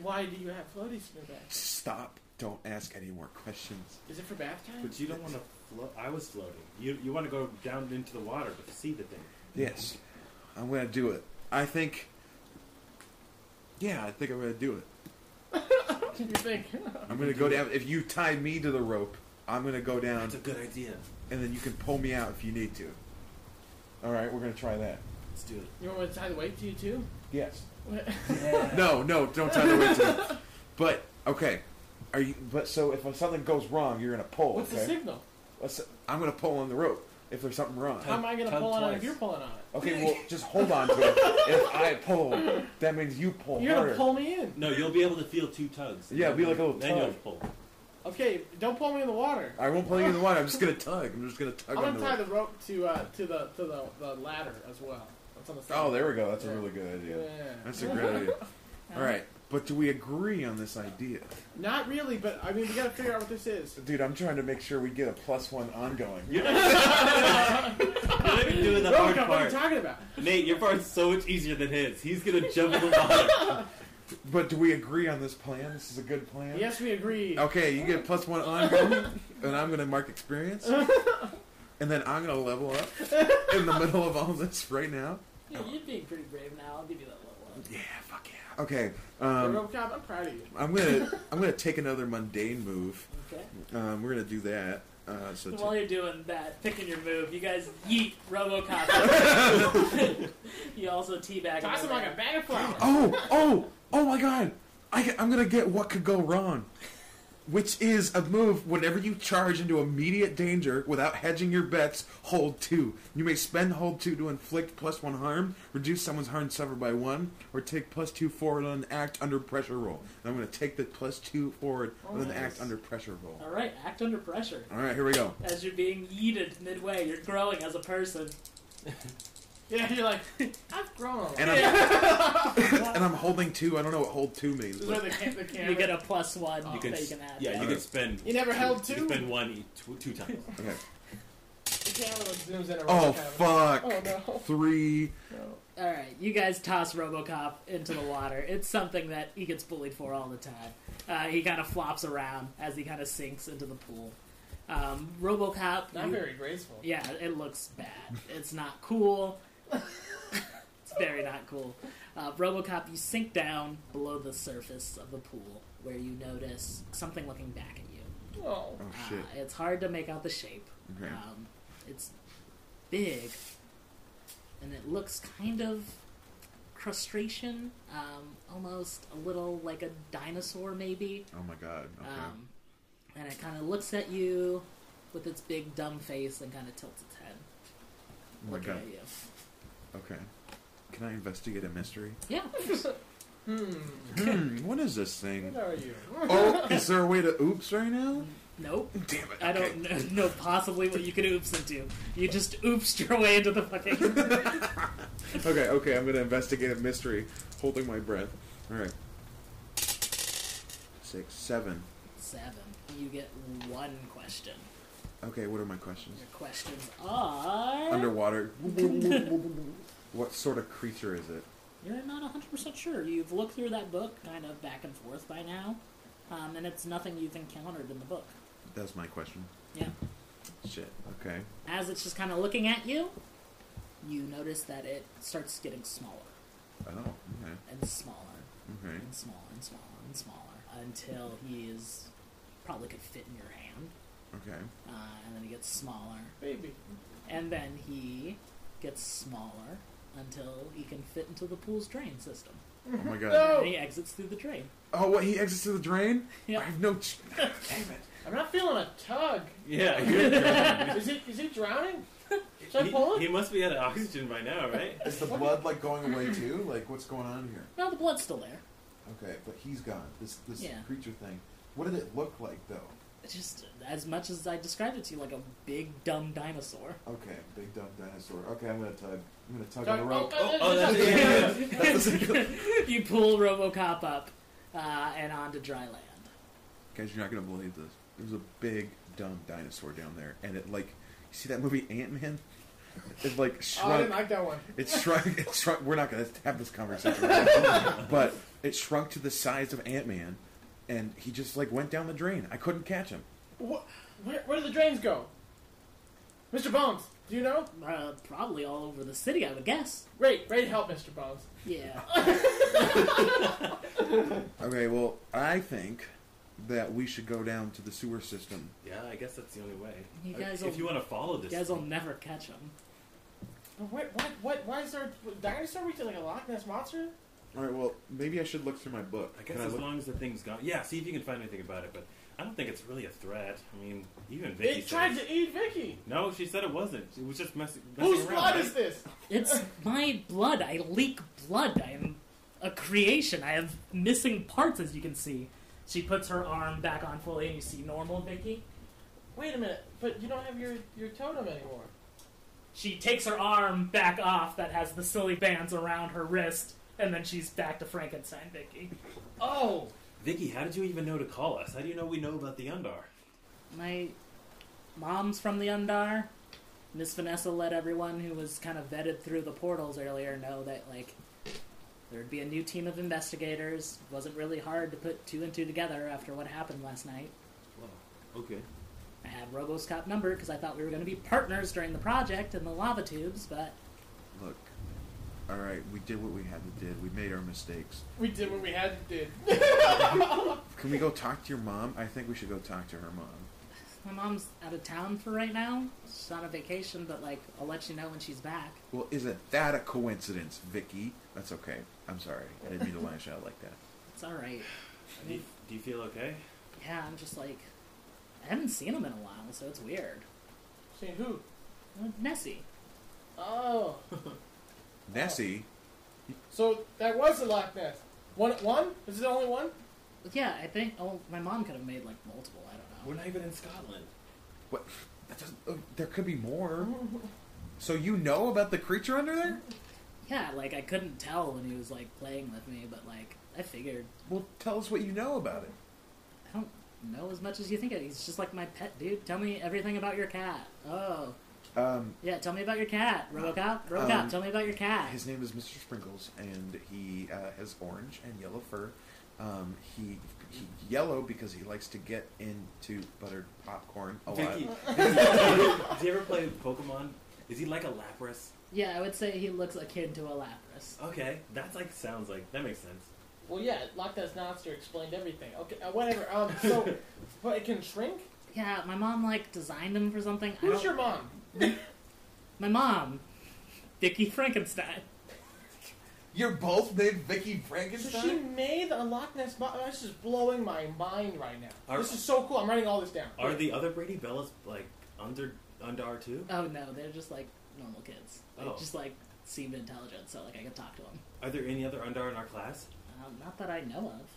S4: Why do you have floaties in your bag?
S2: Stop. Don't ask any more questions.
S4: Is it for bath time?
S6: but you don't want to float. I was floating. You you want to go down into the water to see the thing.
S2: Yes, I'm gonna do it. I think. Yeah, I think I'm gonna do it.
S4: you think?
S2: I'm gonna go down. If you tie me to the rope, I'm gonna go down,
S6: That's a good idea.
S2: and then you can pull me out if you need to. All right, we're gonna try that.
S6: Let's do it.
S4: you want to tie the weight to you too?
S2: Yes.
S4: What?
S2: No, no, don't tie the weight to
S4: (laughs)
S2: me. But okay, are you? But so if something goes wrong, you're gonna pull.
S4: What's the
S2: okay.
S4: signal?
S2: Let's, I'm gonna pull on the rope if there's something wrong.
S4: How am I gonna
S6: Tug
S4: pull on it
S6: twice.
S4: if you're pulling on it?
S2: Okay, well, just hold on to it. If I pull, that means you pull
S4: You're
S2: harder.
S4: gonna pull me in.
S6: No, you'll be able to feel two tugs.
S2: Yeah, be like a little
S6: Then you'll
S2: tug.
S6: pull.
S4: Okay, don't pull me in the water.
S2: I won't pull you in the water. I'm just gonna tug. I'm just gonna tug
S4: I'm
S2: on
S4: gonna
S2: the
S4: tie
S2: rope.
S4: the rope to uh, to the to the, the ladder as well. That's on the side.
S2: Oh, there we go. That's a
S4: Yeah.
S2: really good idea.
S4: Yeah.
S2: That's a great
S4: (laughs)
S2: idea. All right, but do we agree on this idea,
S4: Not really, but I mean, we gotta figure out what this is.
S2: dude? I'm trying to make sure we get a plus one ongoing.
S6: You're not, (laughs) you're not even doing the
S4: Bro,
S6: hard
S4: what are you
S6: part.
S4: talking about?
S6: Nate, your part's so much easier than his. He's gonna jump in the water.
S2: But do we agree on this plan? This is a good plan.
S4: Yes, we agree.
S2: Okay, you get plus one ongoing, (laughs) and I'm gonna mark
S4: (laughs)
S2: experience, and then I'm gonna level up in the middle of all this right now.
S5: Yeah, you're being pretty brave now. I'll give you that little one.
S2: Yeah, fuck yeah. Okay,
S4: Hey,
S2: um,
S4: RoboCop, I'm proud of you.
S2: I'm gonna I'm gonna take another mundane move.
S5: Okay.
S2: Um, we're gonna do that. Uh, so
S5: While
S2: t-
S5: you're doing that, picking your move, you guys yeet RoboCop. (laughs) you also teabag
S4: Toss him
S5: over.
S4: like a bag of flour.
S2: oh oh oh my god! I, get- I'm gonna get what could go wrong, which is a move. Whenever you charge into immediate danger without hedging your bets, hold two. You may spend hold two to inflict plus one harm, reduce someone's harm suffered by one, or take plus two forward on an act under pressure roll. And I'm gonna take the plus two forward
S4: Oh,
S2: on an act under pressure roll.
S5: All right, act under pressure.
S2: All right, here we go.
S5: As you're being yeeted midway, you're growing as a person.
S4: Yeah, you're like, (laughs) I've grown.
S2: And
S4: (laughs)
S2: I'm (laughs) and I'm holding two. I don't know what hold two means.
S4: This is
S2: but-
S4: where the,
S2: (laughs)
S4: ca- the camera.
S5: You get a plus one
S4: You
S5: that you can add.
S6: yeah, you
S2: Alright.
S6: can spend.
S4: You never held
S6: You
S4: two.
S6: can spend one, e- two, two times.
S2: okay.
S4: The camera zooms in.
S2: Oh
S4: around the camera.
S2: fuck!
S4: Oh no.
S2: Three.
S5: All right, you guys toss RoboCop into the water. It's something that he gets bullied for all the time. Uh, he kind of flops around as he kind of sinks into the pool. Um, RoboCop,
S4: Not
S5: you-
S4: very graceful.
S5: yeah, it looks bad. It's not cool. it's very not cool. Uh, RoboCop, you sink down below the surface of the pool where you notice something looking back at you.
S4: Oh.
S2: Oh
S5: Uh,
S2: shit.
S5: it's hard to make out the shape.
S2: Okay.
S5: Um, it's big, and it looks kind of crustacean, um, almost a little like a dinosaur, maybe.
S2: Oh my god. Okay.
S5: Um, and it kind of looks at you with its big dumb face and kind of tilts its head,
S2: oh my
S5: looking
S2: god.
S5: at you.
S2: Okay. Can I investigate a
S5: (laughs)
S2: mystery?
S5: Yeah,
S4: Hmm.
S2: Hmm. What is this
S4: What
S2: thing?
S4: are you?
S2: Oh, is there a way to oops right now?
S5: nope.
S2: Damn it.
S5: I
S2: okay.
S5: don't kn- know possibly what you could oops into. You just oopsed your way into the fucking.
S2: (laughs) Okay. Okay. I'm gonna investigate a mystery, holding my breath. All right. Six, seven.
S5: Seven. You get one question.
S2: Okay, what are my questions?
S5: Your questions are. (laughs)
S2: Underwater. what sort of creature is it?
S5: You're not 100% sure. You've looked through that book kind of back and forth by now, um, and it's nothing you've encountered in the book.
S2: That's my question.
S5: Yeah.
S2: Shit. Okay.
S5: As it's just kind of looking at you, you notice that it starts getting smaller
S2: Oh, okay.
S5: and smaller
S2: Okay.
S5: and smaller and smaller and smaller until he is probably could fit in your hand,
S2: Okay.
S5: uh, and then he gets smaller,
S4: Baby.
S5: and then he gets smaller until he can fit into the pool's drain system.
S2: Oh
S5: (laughs)
S2: my god.
S4: No!
S5: And he exits through the drain.
S2: Oh, what? He exits to the drain?
S5: Yeah.
S2: I have no. Ch- (laughs) Damn it.
S4: I'm not feeling a
S6: (laughs)
S4: tug.
S6: Yeah, you're drowning.
S4: Is it? Is it drowning? (laughs)
S6: (laughs)
S4: Should I pull
S6: he,
S4: it?
S6: he must be out of oxygen by now, right?
S2: Is the blood like going away too? Like what's going on here?
S5: No, the blood's still there.
S2: Okay, but he's gone. This this
S5: Yeah.
S2: creature thing. What did it look like though?
S5: It's just as much as I described it to you, like a big dumb dinosaur.
S2: Okay, big dumb dinosaur. Okay, I'm gonna tug. I'm gonna tug on
S4: Tug-
S2: the rope.
S4: oh,
S6: Oh, oh, that's
S5: (laughs)
S6: it. (laughs)
S5: you pull RoboCop up uh, and onto dry land.
S2: Guys, you're not gonna believe this. There's a big dumb dinosaur down there, and it like you see that movie Ant Man? It like
S4: Oh, I didn't
S2: shrunk.
S4: like that one.
S2: It shrunk. (laughs) It shrunk. We're not going to have this
S4: (laughs)
S2: conversation, but it shrunk to the size of Ant Man, and he just like went down the drain. I couldn't catch him.
S4: What, where, where do the drains go? Mr. Bones, do you know?
S5: Uh, probably all over the city, I would guess.
S4: Ray, Ray, help Mr. Bones.
S5: Yeah.
S2: Okay, well, I think that we should go down to the sewer system.
S6: Yeah, I guess that's the only way.
S5: You guys
S6: if
S5: will-
S6: you want to
S5: (laughs)
S6: follow
S5: You
S6: this,
S5: guys will never catch him.
S4: What, what, what, why is there a dinosaur? We did like a Loch Ness monster?
S2: All right, well, maybe I should look through my book.
S6: I guess
S2: Can I
S6: as
S2: look-
S6: long as the thing's gone, yeah. See if you can find anything about it, but I don't think it's really a threat. I mean, even Vicky
S4: It tried
S6: says-
S4: to eat Vicky.
S6: No, she said it wasn't. It was just messing. messing
S4: Whose
S6: around,
S4: blood
S6: right?
S4: is this?
S5: It's my blood. I leak blood. I am a creation. I have missing parts, as you can see. She puts her arm back on fully, and you see normal Vicky.
S4: Wait a minute, but you don't have your, your totem anymore.
S5: She takes her arm back off that has the silly bands around her wrist, and then she's back to Frankenstein Vicky.
S4: Oh,
S6: Vicky, how did you even know to call us? How do you know we know about the Undar?
S5: My mom's from the Undar. Miss Vanessa let everyone who was kind of vetted through the portals earlier know that like there'd be a new team of investigators. It wasn't really hard to put two and two together after what happened last night.
S6: Whoa. Okay.
S5: I had RoboCop number because I thought we were going to be partners during the project and the lava tubes, but
S2: Look. All right, we did what we had to do. We made our mistakes.
S4: we did what we had to do.
S2: Can we go talk to your mom? I think we should go talk to her mom.
S5: my mom's out of town for right now. She's on a vacation, but like I'll let you know when she's back.
S2: Well, isn't that a coincidence, Vicky? That's okay. I'm sorry. I didn't mean to lash out
S6: (laughs)
S2: like that.
S5: It's all right.
S6: Do you, do you feel okay?
S5: Yeah, I'm just like I haven't seen him in a while, so it's weird.
S4: Seen who?
S5: Uh, Nessie.
S4: Oh,
S2: Nessie,
S4: so that was the Loch Ness. One, one? Is it only one?
S5: Yeah, I think. Oh, my mom could have made like multiple. I don't know.
S6: We're not even in Scotland.
S2: what? That doesn't, uh, there could be more.
S6: (laughs)
S2: So you know about the creature under there?
S5: Yeah, like I couldn't tell when he was like playing with me, but like I figured
S2: Well, tell us what you know about it.
S5: I don't know as much as you think. I- He's just like my pet, dude. Tell me everything about your cat. Oh,
S2: Um,
S5: yeah, tell me about your cat, RoboCop. RoboCop,
S2: Um,
S5: tell me about your cat.
S2: His name is Mr. Sprinkles, and he uh, has orange and yellow fur. Um, he, he yellow because he likes to get into buttered popcorn a lot.
S6: Vicky,
S4: (laughs)
S6: does he ever play Pokemon? Is he like a Lapras?
S5: Yeah, I would say he looks akin to a Lapras.
S6: Okay, that's like sounds like that makes sense.
S4: Well, yeah, Loch Ness Monster explained everything. Okay, uh, whatever. (laughs) Um, so, but it can shrink?
S5: Yeah, my mom like designed him for something. I
S4: Who's
S5: don't-
S4: your mom?
S5: My mom, Vicky Frankenstein.
S2: You're both named Vicky
S4: So she
S2: Frankenstein.
S4: made a Loch Ness monster. This is blowing my mind right now.
S6: Are-
S4: this is so cool. I'm writing all this down.
S6: Are the other Brady Bellas like under Undar too?
S5: Oh no, they're just like normal kids. They
S6: Oh.
S5: just like seemed intelligent, so like I could talk to them.
S6: Are there any other Undar in our class?
S5: Um, not that I know of.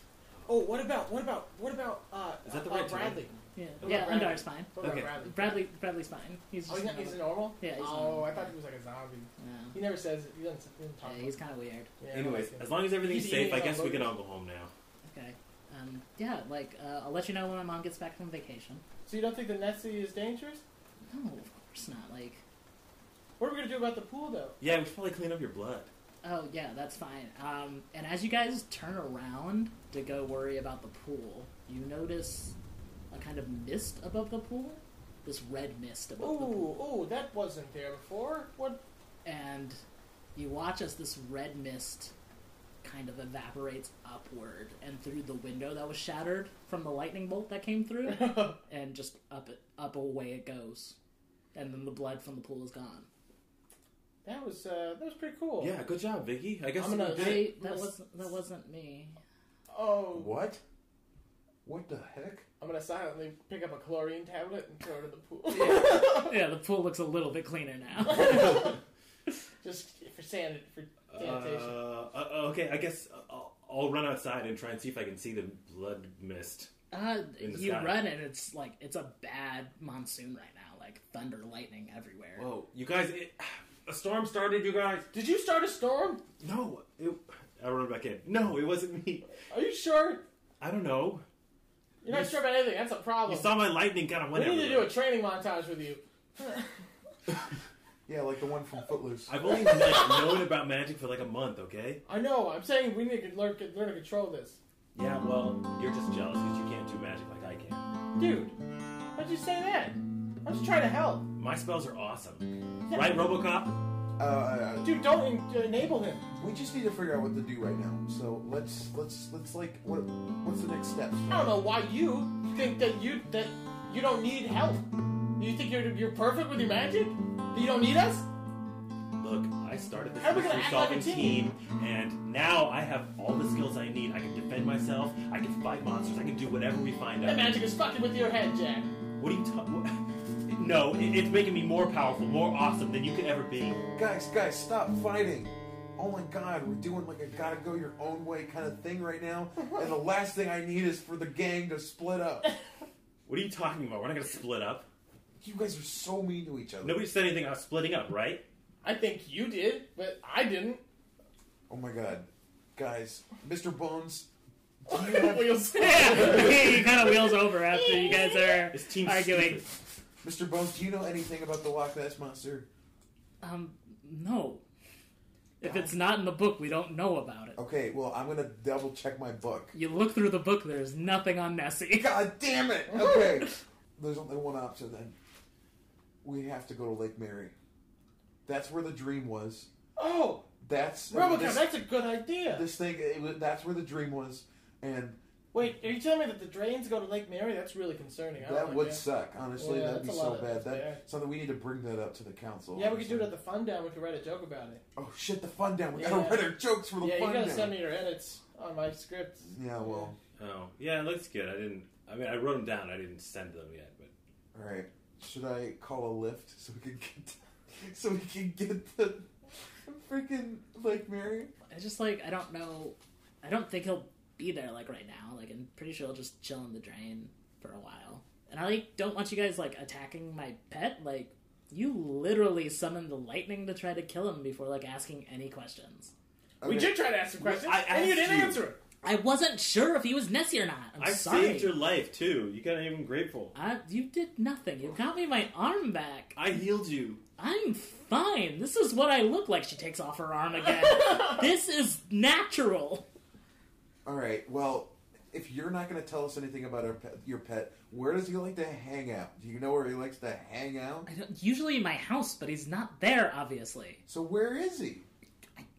S4: Oh, what about what about what about uh,
S6: Is that the
S4: uh,
S6: right
S4: Bradley?
S6: time?
S5: Yeah,
S4: What
S5: yeah,
S4: about Bradley?
S5: Undar's fine.
S4: What about
S6: Okay.
S4: Bradley?
S5: Bradley, Bradley's fine. He's
S4: Oh,
S5: just
S4: he's, not,
S5: kind
S4: he's
S5: of,
S4: normal.
S5: Yeah, he's
S4: oh,
S5: normal.
S4: I thought he was like a zombie. He
S5: yeah.
S4: never says. He doesn't, he doesn't talk.
S5: Yeah, he's kind of weird.
S4: yeah, I don't
S6: Anyways,
S4: like him.
S6: as long as everything's
S4: He's
S6: safe,
S4: eating
S6: I
S4: on
S6: guess we
S4: both.
S6: can all go home now.
S5: Okay, Um, yeah, like uh, I'll let you know when my mom gets back from vacation.
S4: So you don't think the Nessie is dangerous?
S5: No, of course not. Like,
S4: What are we gonna do about the pool though?
S6: Yeah, we should probably clean up your blood.
S5: oh yeah, that's fine. Um, and as you guys turn around to go worry about the pool, you notice a kind of mist above the pool, this red mist above the pool.
S4: Ooh, ooh, that wasn't there before. What?
S5: and you watch as this red mist kind of evaporates upward and through the window that was shattered from the lightning bolt that came
S4: (laughs)
S5: through and just up it up away it goes and then the blood from the pool is gone
S4: That was uh, that was pretty cool.
S6: Yeah, good job, Vicky. I guess
S4: I'm gonna-
S6: you did it.
S5: Hey, that wasn't that wasn't
S4: (laughs)
S5: me
S4: Oh,
S2: What? What the heck?
S4: I'm gonna silently pick up a chlorine tablet and throw it in the pool.
S5: yeah the pool looks a little bit cleaner now
S4: (laughs) Just for sanit for
S6: Uh,
S4: sanitation.
S6: uh, okay, I guess I'll, I'll run outside and try and see if I can see the blood mist.
S5: uh,
S6: In the
S5: you
S6: sky.
S5: run and it's like it's a bad monsoon right now like thunder lightning everywhere
S6: Whoa, you guys! It, (sighs) a storm started, you guys.
S4: Did you start a storm?
S6: No, it, I run back in. No, it wasn't me.
S4: Are you sure?
S6: I don't know.
S4: You're not sure about anything. That's a problem.
S6: You saw my lightning kind of
S4: we
S6: went
S4: need to do
S6: everywhere.
S4: a training montage with you.
S2: Yeah, like the one from Footloose.
S6: I've only like, (laughs) known about magic for like a month. Okay.
S4: I know. I'm saying we need to learn, learn to control this,
S6: Yeah. Well, you're just jealous because you can't do magic like I can.
S4: dude. Why'd you say that? I was trying to help,
S6: My spells are awesome. Right, RoboCop.
S2: Uh, uh,
S4: dude. Don't en- enable him.
S2: we just need to figure out what to do right now. So let's let's let's like what what's the next steps?
S4: I don't know why you think that you that you don't need help. You think you're you're perfect with your magic? That You don't need us?
S6: Look, I started this
S4: How are we
S6: mystery
S4: gonna act like
S6: solving
S4: a
S6: team,
S4: team?
S6: and now I have all the skills I need. I can defend myself. I can fight monsters. I can do whatever we find
S4: That
S6: out.
S4: magic is fucking with your head, Jack.
S6: What are you talking? (laughs) No, it, it's making me more powerful, more awesome than you could ever be.
S2: Guys, guys, stop fighting! Oh my god, we're doing like a gotta go your own way kind of thing right now, and the last thing I need is for the gang to split up.
S6: What are you talking about? We're not gonna split up.
S2: You guys are so mean to each other.
S6: Nobody said anything about splitting up, right?
S4: I think you did, but I didn't.
S2: Oh my god. Guys, Mr. Bones, do you have,
S5: (laughs)
S4: Wheels.
S5: yeah he kind of wheels over after you
S4: (laughs)
S5: guys are
S6: This team's
S5: arguing
S6: stupid.
S2: Mr. Bones, do you know anything about the Loch Ness Monster?
S5: Um, no. If it's not in the book, we don't know about it.
S2: Okay, well, I'm gonna double check my book.
S5: You look through the book, there's nothing on Nessie.
S2: God damn it! Okay. There's only one option then. We have to go to Lake Mary. That's where the dream was.
S4: Oh,
S2: That's
S4: Robocop,
S2: this,
S4: that's a good idea.
S2: this thing. It, was- that's where the dream was, and
S4: Wait, are you telling me that the drains go to Lake Mary? That's really concerning. I don't
S2: that
S4: like
S2: would suck. Honestly,
S4: Yeah,
S2: that'd be
S4: that's a lot
S2: so
S4: of-
S2: bad.
S4: that's
S2: That
S4: bad.
S2: something we need to bring that up to the council.
S4: Yeah, we could do it at the fun down. We could write a joke about it.
S2: Oh shit! The fun down. We
S4: Yeah.
S2: gotta write our jokes for the
S4: yeah, you
S2: fun
S4: gotta
S2: down.
S4: send me your edits on my script.
S2: yeah, well,
S6: Oh, yeah, it looks good. I didn't. I mean, I wrote them down. I didn't send them yet, but
S2: all right. Should I call a lift so we can get (laughs) so we can get the freaking Lake Mary?
S5: I just like I don't know. I don't think he'll be there like right now. Like I'm pretty sure he'll just chill in the drain for a while. And I like don't want you guys like attacking my pet. Like you literally summoned the lightning to try to kill him before like asking any questions.
S4: We
S2: Okay.
S4: did try to ask some questions,
S6: I
S4: and you
S6: asked
S4: didn't
S6: you.
S4: answer it.
S5: I wasn't sure if he was Nessie or not. I'm
S6: I
S5: sorry.
S6: saved your life too. You gotta even grateful.
S5: I, you did nothing. You got me my arm back.
S6: I healed you.
S5: I'm fine. This is what I look like. She takes off her arm (laughs) again. this is natural.
S2: All right. Well, if you're not going to tell us anything about our pet, your pet, where does he like to hang out? Do you know where he likes to hang out?
S5: I don't, usually in my house, but he's not there, obviously.
S2: So where is
S4: (laughs)
S2: he?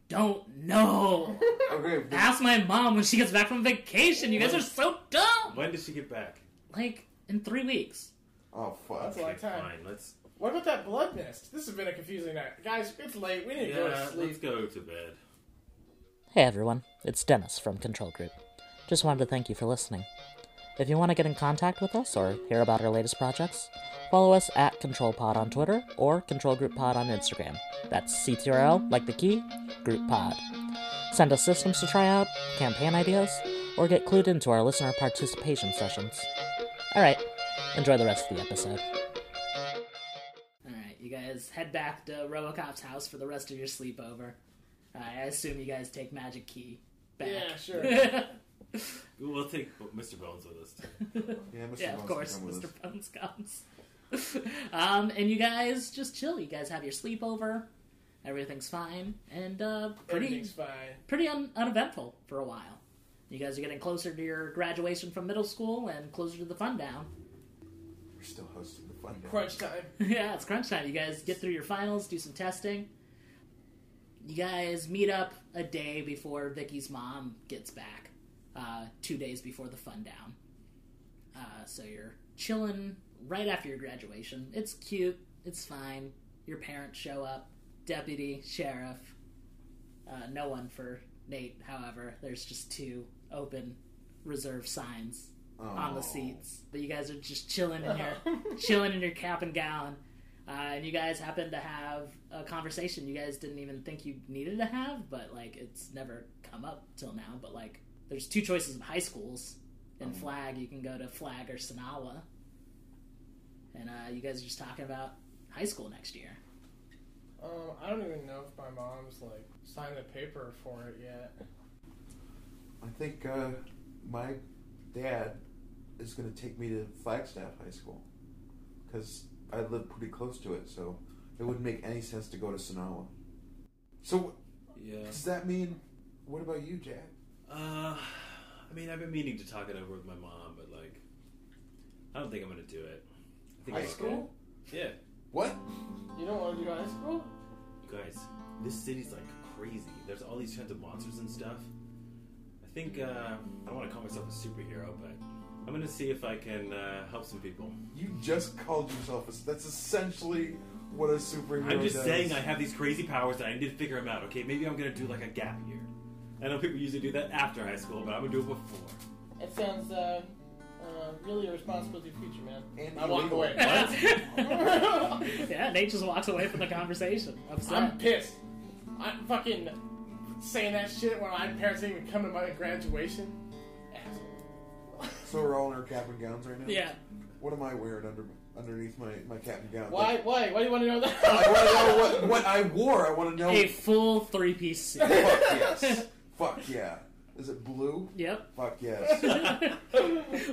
S5: Don't know.
S2: Okay. then-
S5: Ask my mom when she gets back from vacation. You guys are so dumb.
S6: When did she get back?
S5: Like, in three weeks.
S2: oh fuck.
S4: That's a lot of time.
S6: Fine. Let's.
S4: What about that blood mist? This has been a confusing night, guys. It's late. We need to go
S6: Yeah,
S4: to
S6: let's
S4: sleep.
S6: go to bed.
S1: Hey everyone, it's Dennis from Control Group. Just wanted to thank you for listening. If you want to get in contact with us or hear about our latest projects, follow us at Control Pod on Twitter or Control Group Pod on Instagram. That's CTRL, like the key, Group Pod. Send us systems to try out, campaign ideas, or get clued into our listener participation sessions. Alright, enjoy the rest of the episode.
S5: Alright, you guys head back to Robocop's house for the rest of your
S6: (laughs)
S5: sleepover. I assume you guys take Magic Key back.
S4: Yeah, sure.
S6: We'll take Mr. Bones with us. Too.
S2: Yeah, Mr.
S5: Yeah,
S2: Bones
S5: of
S2: can
S5: course,
S2: come with
S5: Mr.
S2: us.
S5: Bones comes. (laughs) um, and you guys just chill. You guys have your sleepover. Everything's fine. And uh, pretty,
S4: Everything's fine.
S5: pretty un- uneventful for a while. You guys are getting closer to your graduation from middle school and closer to the fun down.
S2: We're still hosting the fun day.
S4: Crunch time.
S5: (laughs) yeah, it's crunch time. You guys get through your finals, do some testing. You guys meet up a day before Vicky's mom gets back, uh, two days before the fun down. Uh, so you're chilling right after your graduation. It's cute. It's fine. Your parents show up, deputy, sheriff. Uh, no one for Nate, however. There's just two open reserve signs on
S2: Oh.
S5: the seats. But you guys are just chilling in
S4: (laughs) Um,
S5: your chilling in your cap and gown. Uh, and you guys happen to have a conversation you guys didn't even think you needed to have, but like it's never come up till now. But like there's two choices of high schools in
S4: Mm-hmm.
S5: Flag. You can go to Flag or Sanawa. And uh, you guys are just talking about high school next year.
S4: Um, I don't even know if my mom's like signed the paper for it yet.
S2: I think uh, my dad is going to take me to Flagstaff High School because I live pretty close to it, so it wouldn't make any sense to go to Sonawa. So
S6: Yeah.
S2: does that mean? What about you, Jack?
S6: Uh, I mean, I've been meaning to talk it over with my mom, but like, I don't think I'm gonna do it. I think
S2: High
S6: I'm
S2: school?
S6: Okay. Yeah.
S2: What?
S4: You don't want to do high school?
S6: You guys, this city's like crazy. There's all these kinds of monsters and stuff. I think uh, I don't want to call myself a superhero, but I'm gonna see if I can uh, help some people.
S2: You just called yourself a. That's essentially what a superhero
S6: I'm just
S2: does.
S6: saying I have these crazy powers and I need to figure them out. Okay, maybe I'm gonna do like a gap year. I know people usually do that after high school, but I'm gonna do it before.
S4: It sounds uh, uh, really a responsibility for future man.
S2: And
S4: I walk
S2: illegal.
S4: away.
S5: (laughs) yeah, Nate just walks away from the conversation. Upset.
S4: (laughs) I'm pissed. I'm fucking saying that shit when my parents didn't even come to my graduation. Asshole.
S2: So we're all in our cap and gowns right now.
S5: yeah.
S2: What am I wearing under underneath my, my cap and gown?
S4: Why? Why? Why do you want to know
S2: I want to
S4: that?
S2: know what, what I wore. I
S4: Oh.
S2: want to know.
S5: A full three piece suit.
S2: (laughs) Fuck yes. Fuck yeah. Is it blue?
S5: Yep.
S2: Fuck yes.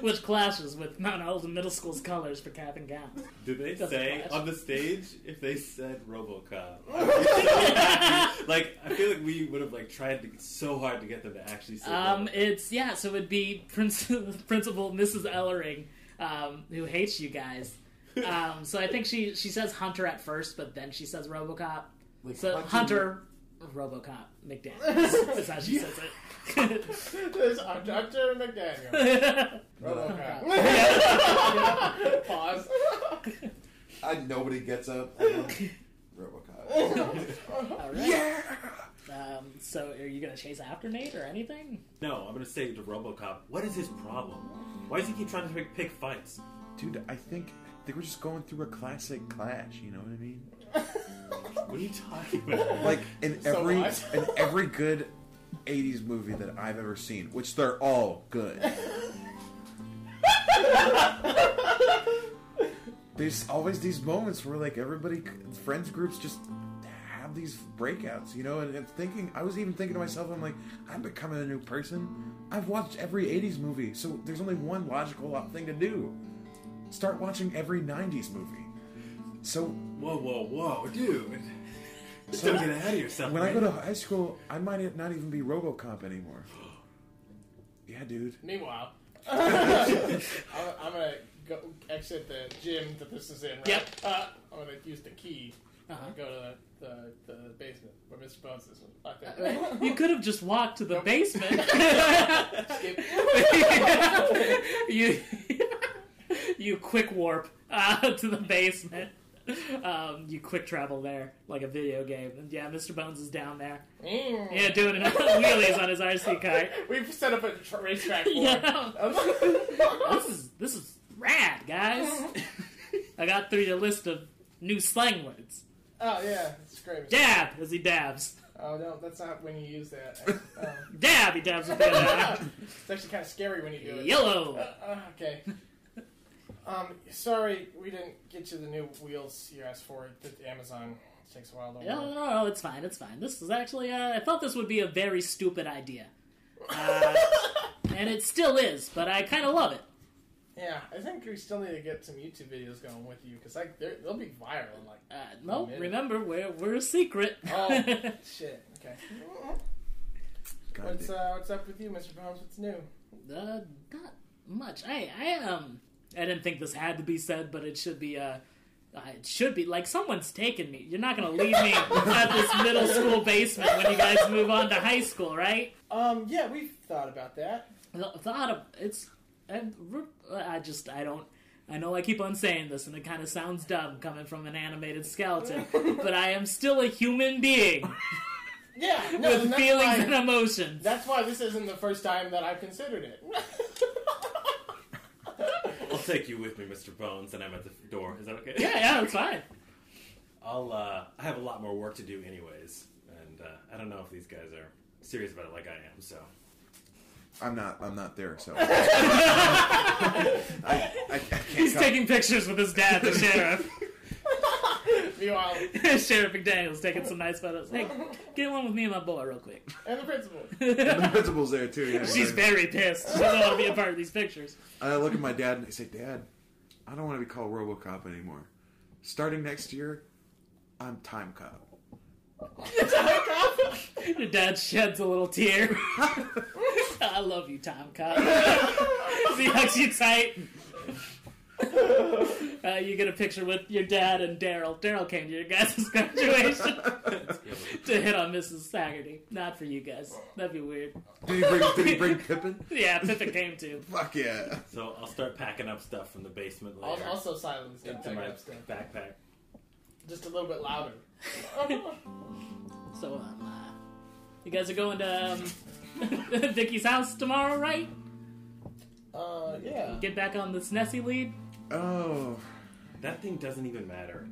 S5: Which clashes (laughs) with Mount Holden Middle School's colors for cap and gown.
S6: Did they
S5: Doesn't
S6: say
S5: clash.
S6: on the stage if they said RoboCop?
S5: (laughs)
S6: I'd be so- like I feel like we would have like tried to, so hard to get them to actually say.
S5: Um,
S6: RoboCop.
S5: it's yeah. So it'd be Principal, (laughs) Principal Mrs. Ellering, um, who hates you guys.
S6: (laughs)
S5: Um, so I think she she says Hunter at first, but then she says RoboCop.
S2: Like,
S5: So Hunter, RoboCop McDaniel. That's how she says it.
S4: (laughs)
S5: (laughs)
S4: This- I'm Dr. McDaniel. Oh,
S5: Yeah.
S4: (laughs) Robocop. Pause.
S2: I, nobody gets up. (laughs)
S4: (laughs)
S2: Robocop.
S5: All right.
S2: yeah.
S5: Um, so are you gonna chase after Nate or anything?
S6: No, I'm gonna say to RoboCop, what is his problem? Why does he keep trying to pick, pick fights?
S2: Dude, I think they were just going through a classic clash. You know what I mean?
S4: (laughs)
S6: What are you talking
S2: (laughs)
S6: about?
S2: Like in
S4: So
S2: every
S4: what?
S2: (laughs) in every good '80s movie that I've ever seen, which they're all
S4: (laughs)
S2: good. There's always these moments where like everybody, friends groups just have these breakouts, you know. And, and thinking, I was even thinking to myself, I'm like, I'm becoming a new person. I've watched every '80s movie, so there's only one logical thing to do: start watching every '90s movie. So
S6: whoa, whoa, whoa, dude! Don't get ahead of yourself.
S2: when I go
S6: man.
S2: to high school, I might not even be RoboCop
S6: (gasps)
S2: anymore. Yeah, dude.
S4: Meanwhile, I'm, I'm gonna go exit the gym that this is in. Right?
S5: Yep.
S4: Uh, I'm gonna use the key
S5: Uh-huh.
S4: and go to the, the, the basement where Mr. Bones is. I think.
S5: Uh, You could have just walked to the basement.
S4: Skip.
S5: you you quick warp uh, to the basement. Um, you quick travel there like a video game. And yeah, Mr. Bones is down there.
S4: Mm.
S5: Yeah, doing it (laughs) wheelies on his RC car.
S4: We've set up a tra- racetrack
S5: (laughs)
S4: for him.
S5: Yeah. this is this is rad, guys. I got through your list of new slang words.
S4: (laughs) Oh yeah, it's great.
S5: Dab as he dabs.
S4: Oh no, that's not when you
S5: (laughs)
S4: use that. Um, (laughs)
S5: Dab he dabs with the other
S4: it's actually kind of scary when you do
S5: eye.
S4: it. Uh,
S5: Yellow.
S4: uh,
S5: (laughs)
S4: okay. Um, sorry, we didn't get you the new wheels you asked for. The Amazon it takes a while to
S5: No,
S4: order.
S5: (laughs) no, no, no, it's fine, it's fine. This is actually, uh, I thought this would be a very stupid idea. Uh, and it still is, but I kind of love it.
S4: Yeah, I think we still need to get some YouTube videos going with you because like they're- they'll be viral. Like,
S5: Uh, no,
S4: Admit it.
S5: remember we're we're a secret. (laughs) Uh,
S4: oh shit. Okay.
S2: God
S4: What's
S2: damn.
S4: uh, what's up with you, Mr. Bones? What's new?
S5: Uh, not much. I I um I didn't think this had to be said, but it should be uh uh, it should be like someone's taken me. You're not gonna leave
S4: (laughs)
S5: me at this middle school basement when you guys move on to high school, right?
S4: Um, yeah, we've thought about that.
S5: The thought of it's I, I just I don't I know I keep on saying this and it kind of sounds dumb coming from an animated
S4: (laughs)
S5: skeleton, but I am still a human being
S4: Yeah,
S5: (laughs)
S4: no,
S5: with
S4: and that's
S5: feelings
S4: why-
S5: and emotions.
S4: (laughs) That's why this isn't the first time that I've considered it. (laughs)
S6: I'll take you with me, Mr. Bones, and I'm at the door. Is that okay?
S5: yeah, yeah, it's
S4: (laughs)
S5: fine.
S6: I'll, uh, I have a lot more work to do anyways, and, uh, I don't know if these guys are serious about it like I am, so.
S2: I'm not. I'm not there.
S5: (laughs)
S2: So I, I, I can't.
S5: He's
S2: go-
S5: taking pictures with his dad,
S4: (laughs)
S5: the sheriff.
S4: Meanwhile,
S5: (laughs) Sheriff McDaniel's taking some nice photos. Hey, get one with me and my boy real quick. (laughs)
S4: and the principal. (laughs)
S2: the principal's there too. Yeah,
S5: She's
S2: exactly.
S5: very pissed. She doesn't want to be a part of these pictures.
S2: I look at my dad and I say, Dad, I don't want to be called RoboCop anymore. Starting next year, I'm Time Cop. (laughs)
S5: Your dad sheds a little tear. (laughs) I love you, Tom Cop. (laughs) he hugs you tight. (laughs) Uh, you get a picture with your dad and Daryl. Daryl came to your guys' (laughs) graduation to hit on Mrs. Saggerty. Not for you guys. That'd be weird.
S2: Did he bring? did he bring Pippin?
S5: Yeah, Pippin came too.
S2: Fuck yeah!
S6: So I'll start packing up stuff from the basement
S4: Al-
S6: later.
S4: Also, silence. Don't
S6: into
S4: pick
S6: my
S4: up stuff.
S6: backpack.
S4: Just a little
S6: (laughs)
S4: bit louder.
S5: So, um, uh, you guys are going to um, (laughs) Vicky's house tomorrow, right?
S4: uh, yeah.
S5: Get back on the Snessie lead.
S2: Oh,
S6: That thing doesn't even matter.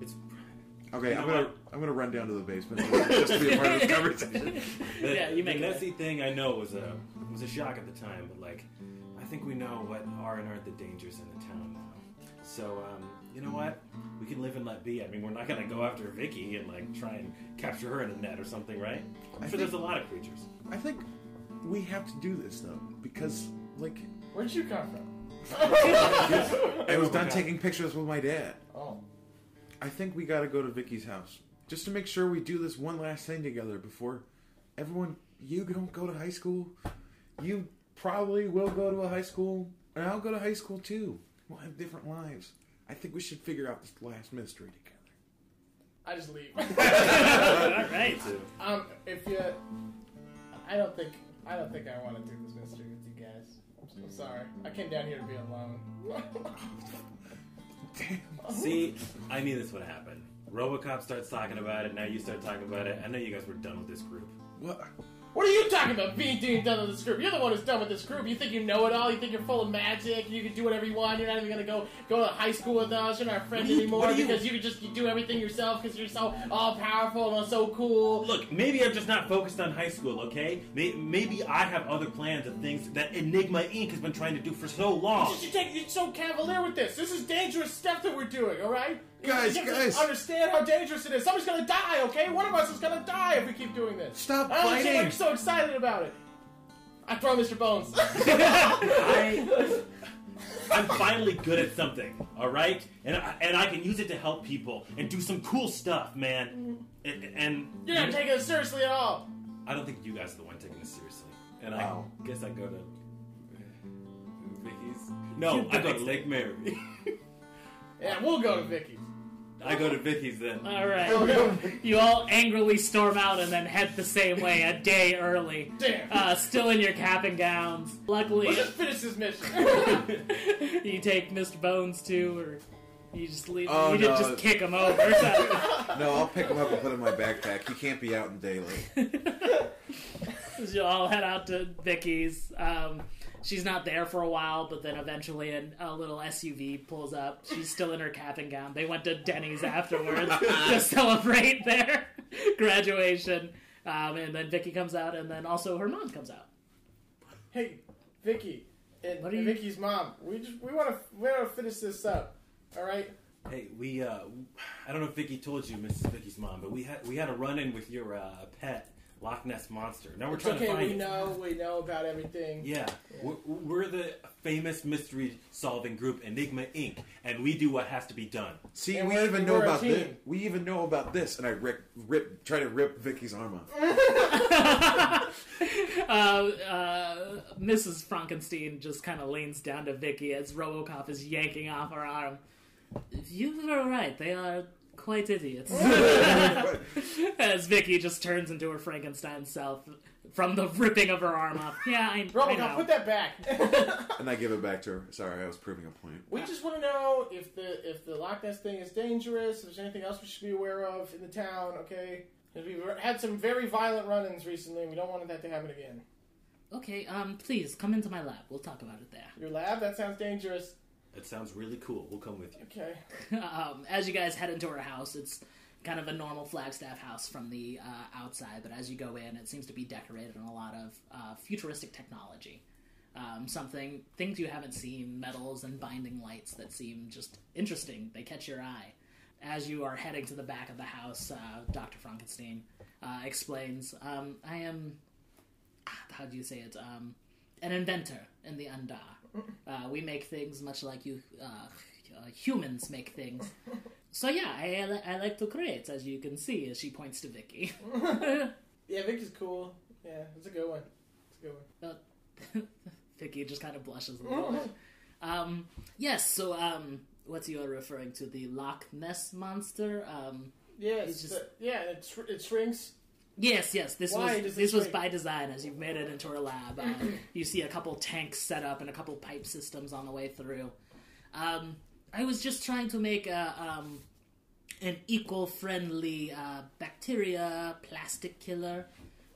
S6: It's
S2: okay.
S6: You know
S2: I'm gonna
S6: what?
S2: I'm gonna run down to the basement just to be a part
S6: (laughs)
S2: of this conversation.
S6: the,
S5: Yeah, you make
S6: the
S5: it.
S6: messy thing. I know was a was a shock at the time, but like, I think we know what are and aren't the dangers in the town now. So um, you know what? We can live and let be. I mean, we're not gonna go after Vicky and like try and capture her in a net or something, right? I'm
S2: I
S6: sure
S2: think-
S6: there's a lot
S2: (laughs)
S6: of creatures.
S2: I think we have to do this though because like
S4: Where'd you come from?
S2: I was done
S6: RoboCop.
S2: taking pictures with my dad.
S4: Oh.
S2: I think we gotta go to Vicky's house just to make sure we do this one last thing together before everyone. You don't go to high school. You probably will go to a high school, and I'll go to high school too. We'll have different lives. I think we should figure out this last mystery together.
S4: I just leave. (laughs)
S5: All right.
S6: So,
S4: um, if you, I don't think, I don't think I want to do this mystery with you guys. I'm, so sorry. I came down here to be alone. (laughs)
S2: (laughs) Damn.
S6: see, I knew this would happen. RoboCop starts talking about it. Now you start talking about it. I know you guys were done with this group.
S2: What?
S4: what are you talking about? Being doing done with this group. You're the one who's done with this group. You think you know it all. You think you're full of magic. You can do whatever you want. You're not even gonna go go to high school with us. You're not our friend
S6: What do you-
S4: anymore
S6: what do you-
S4: because you can just do everything yourself because you're so all powerful and so cool.
S6: Look, maybe I'm just not focused on high school, okay? May- Maybe I have other plans and things that Enigma Inc. has been trying to do for so long.
S4: Just you take you're so cavalier with this. This is dangerous stuff that we're doing, alright?
S2: Guys,
S4: you have to
S2: guys.
S4: understand how dangerous it is. Somebody's gonna die, okay? One of us is gonna die if we keep doing this.
S2: Stop
S4: I don't understand why
S2: fighting.
S4: you're so excited about it. I throw Mr. Bones. (laughs)
S6: I, I'm finally good at something, all right? And I, and I can use it to help people and do some cool stuff, man. And, and
S4: you're not taking it seriously at all.
S6: I don't think you guys are the one taking this seriously. And
S2: Wow.
S6: I guess I go to Vicky's. No, I go to Lake Mary.
S4: Yeah, we'll go to Vicky's.
S6: (laughs) I go to Vicky's then.
S5: All right. You all angrily storm out and then head the same way a day early.
S4: Damn.
S5: Uh, still in your cap and gowns. Luckily,
S2: (laughs)
S4: Let's just finish this mission.
S5: you take Mr. Bones too, or you just leave.
S2: Oh,
S5: you didn't
S2: no.
S5: just kick him over. So,
S2: No, I'll pick him up and put him in my backpack. He can't be out in daylight.
S5: you all head out to Vicky's. Um, she's not there for a while, but then eventually a, a little SUV pulls up. She's still in her cap and gown. They went to Denny's afterwards to celebrate their (laughs) graduation. Um, and then Vicky comes out, and then also her mom comes out.
S4: hey, Vicky. And,
S5: What are
S4: and
S5: you-
S4: Vicky's mom. We just we wanna we wanna finish this up. Alright?
S6: Hey, we uh I don't know if Vicky told you, Mrs. Vicky's mom, but we had we had a run in with your uh, pet Loch Ness monster. Now we're
S4: It's
S6: trying to
S4: okay,
S6: find
S4: we
S6: it.
S4: know, we know about everything.
S6: Yeah, we're, we're the famous mystery solving group Enigma Inc., and we do what has to be done.
S2: See,
S4: And
S2: we
S4: we're-
S2: even
S4: and
S2: know
S4: we're a
S2: about this.
S4: team.
S2: We even know about this, and I rip, rip, try to rip Vicky's arm off.
S4: (laughs)
S2: (laughs)
S5: Uh, uh, Mrs. Frankenstein just kind of leans down to Vicky as Robocop is yanking off her arm. You were right. They are quite idiots. as Vicky just turns into her Frankenstein self from the ripping of her arm off. Yeah, I, I
S4: Robocop,
S5: know.
S4: put that back. (laughs)
S2: and I give it back to her. Sorry, I was proving a point.
S4: we just want to know if the if the Loch Ness thing is dangerous. If there's anything else we should be aware of in the town, okay? 'Cause we've had some very violent run-ins recently. and We don't want that to happen again.
S5: Okay, um, please come into my lab. We'll talk about it there.
S4: Your lab? That sounds dangerous.
S6: That sounds really cool. We'll come with you.
S4: Okay.
S5: (laughs) um, as you guys head into her house, it's kind of a normal Flagstaff house from the uh, outside, but as you go in, it seems to be decorated in a lot of uh, futuristic technology. Um, something, things you haven't seen, metals and binding lights that seem just interesting. They catch your eye. As you are heading to the back of the house, uh, Dr. Frankenstein uh, explains um, I am, ah, how do you say it? Um, an inventor in the Undar. Uh, we make things much like you uh, uh, humans make things. So yeah, I, I, li- I like to create, as you can see, as she points to Vicky. (laughs)
S4: Yeah, Vic is cool. Yeah, it's a good one. It's a good one.
S5: Vicky just kind of blushes a little bit. Um, yes, so um, what you are referring to, the Loch Ness monster? Um,
S4: Yeah,
S5: He's
S4: it's
S5: just-
S4: the- yeah, it, shr- it shrinks.
S5: yes, yes, this was
S4: Why does it
S5: this was
S4: shrink?
S5: by design, as you've made it into her
S4: (clears throat)
S5: lab. Uh, you see a couple tanks set up and a couple pipe systems on the way through. Um, I was just trying to make a, um, an eco-friendly uh, bacteria plastic killer.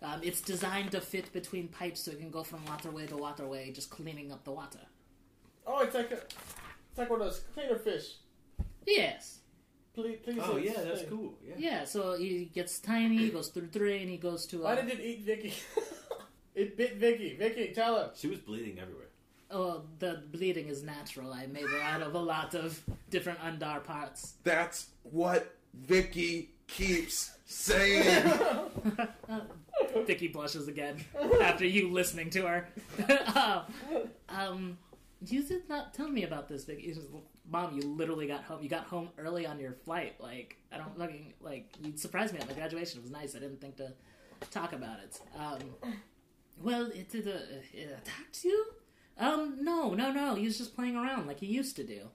S5: Um, it's designed to fit between pipes, so it can go from waterway to waterway, just cleaning up the water.
S4: Oh, it's like a, it's like one of those cleaner fish.
S5: Yes.
S4: Please, please.
S6: Oh
S4: it's
S6: yeah, that's
S4: clean.
S6: cool. Yeah.
S5: Yeah. So he gets tiny, he goes through drain, he goes to.
S4: Why
S5: Uh,
S4: did it eat Vicky? (laughs) it bit Vicky. Vicky, tell him.
S6: She was bleeding everywhere.
S5: oh, the bleeding is natural. I made it out of a lot of different undar parts.
S2: That's what Vicky keeps
S4: (laughs)
S2: saying.
S5: Vicky blushes again after you listening to her. (laughs) Oh, um, you did not tell me about this, Vicky. She says, Mom, you literally got home. You got home early on your flight. Like I don't fucking like you surprised me at my graduation. It was nice. I didn't think to talk about it. Um, well, it did. Uh, it attacked you? Um, no, no, no. He was just playing around like he used to do.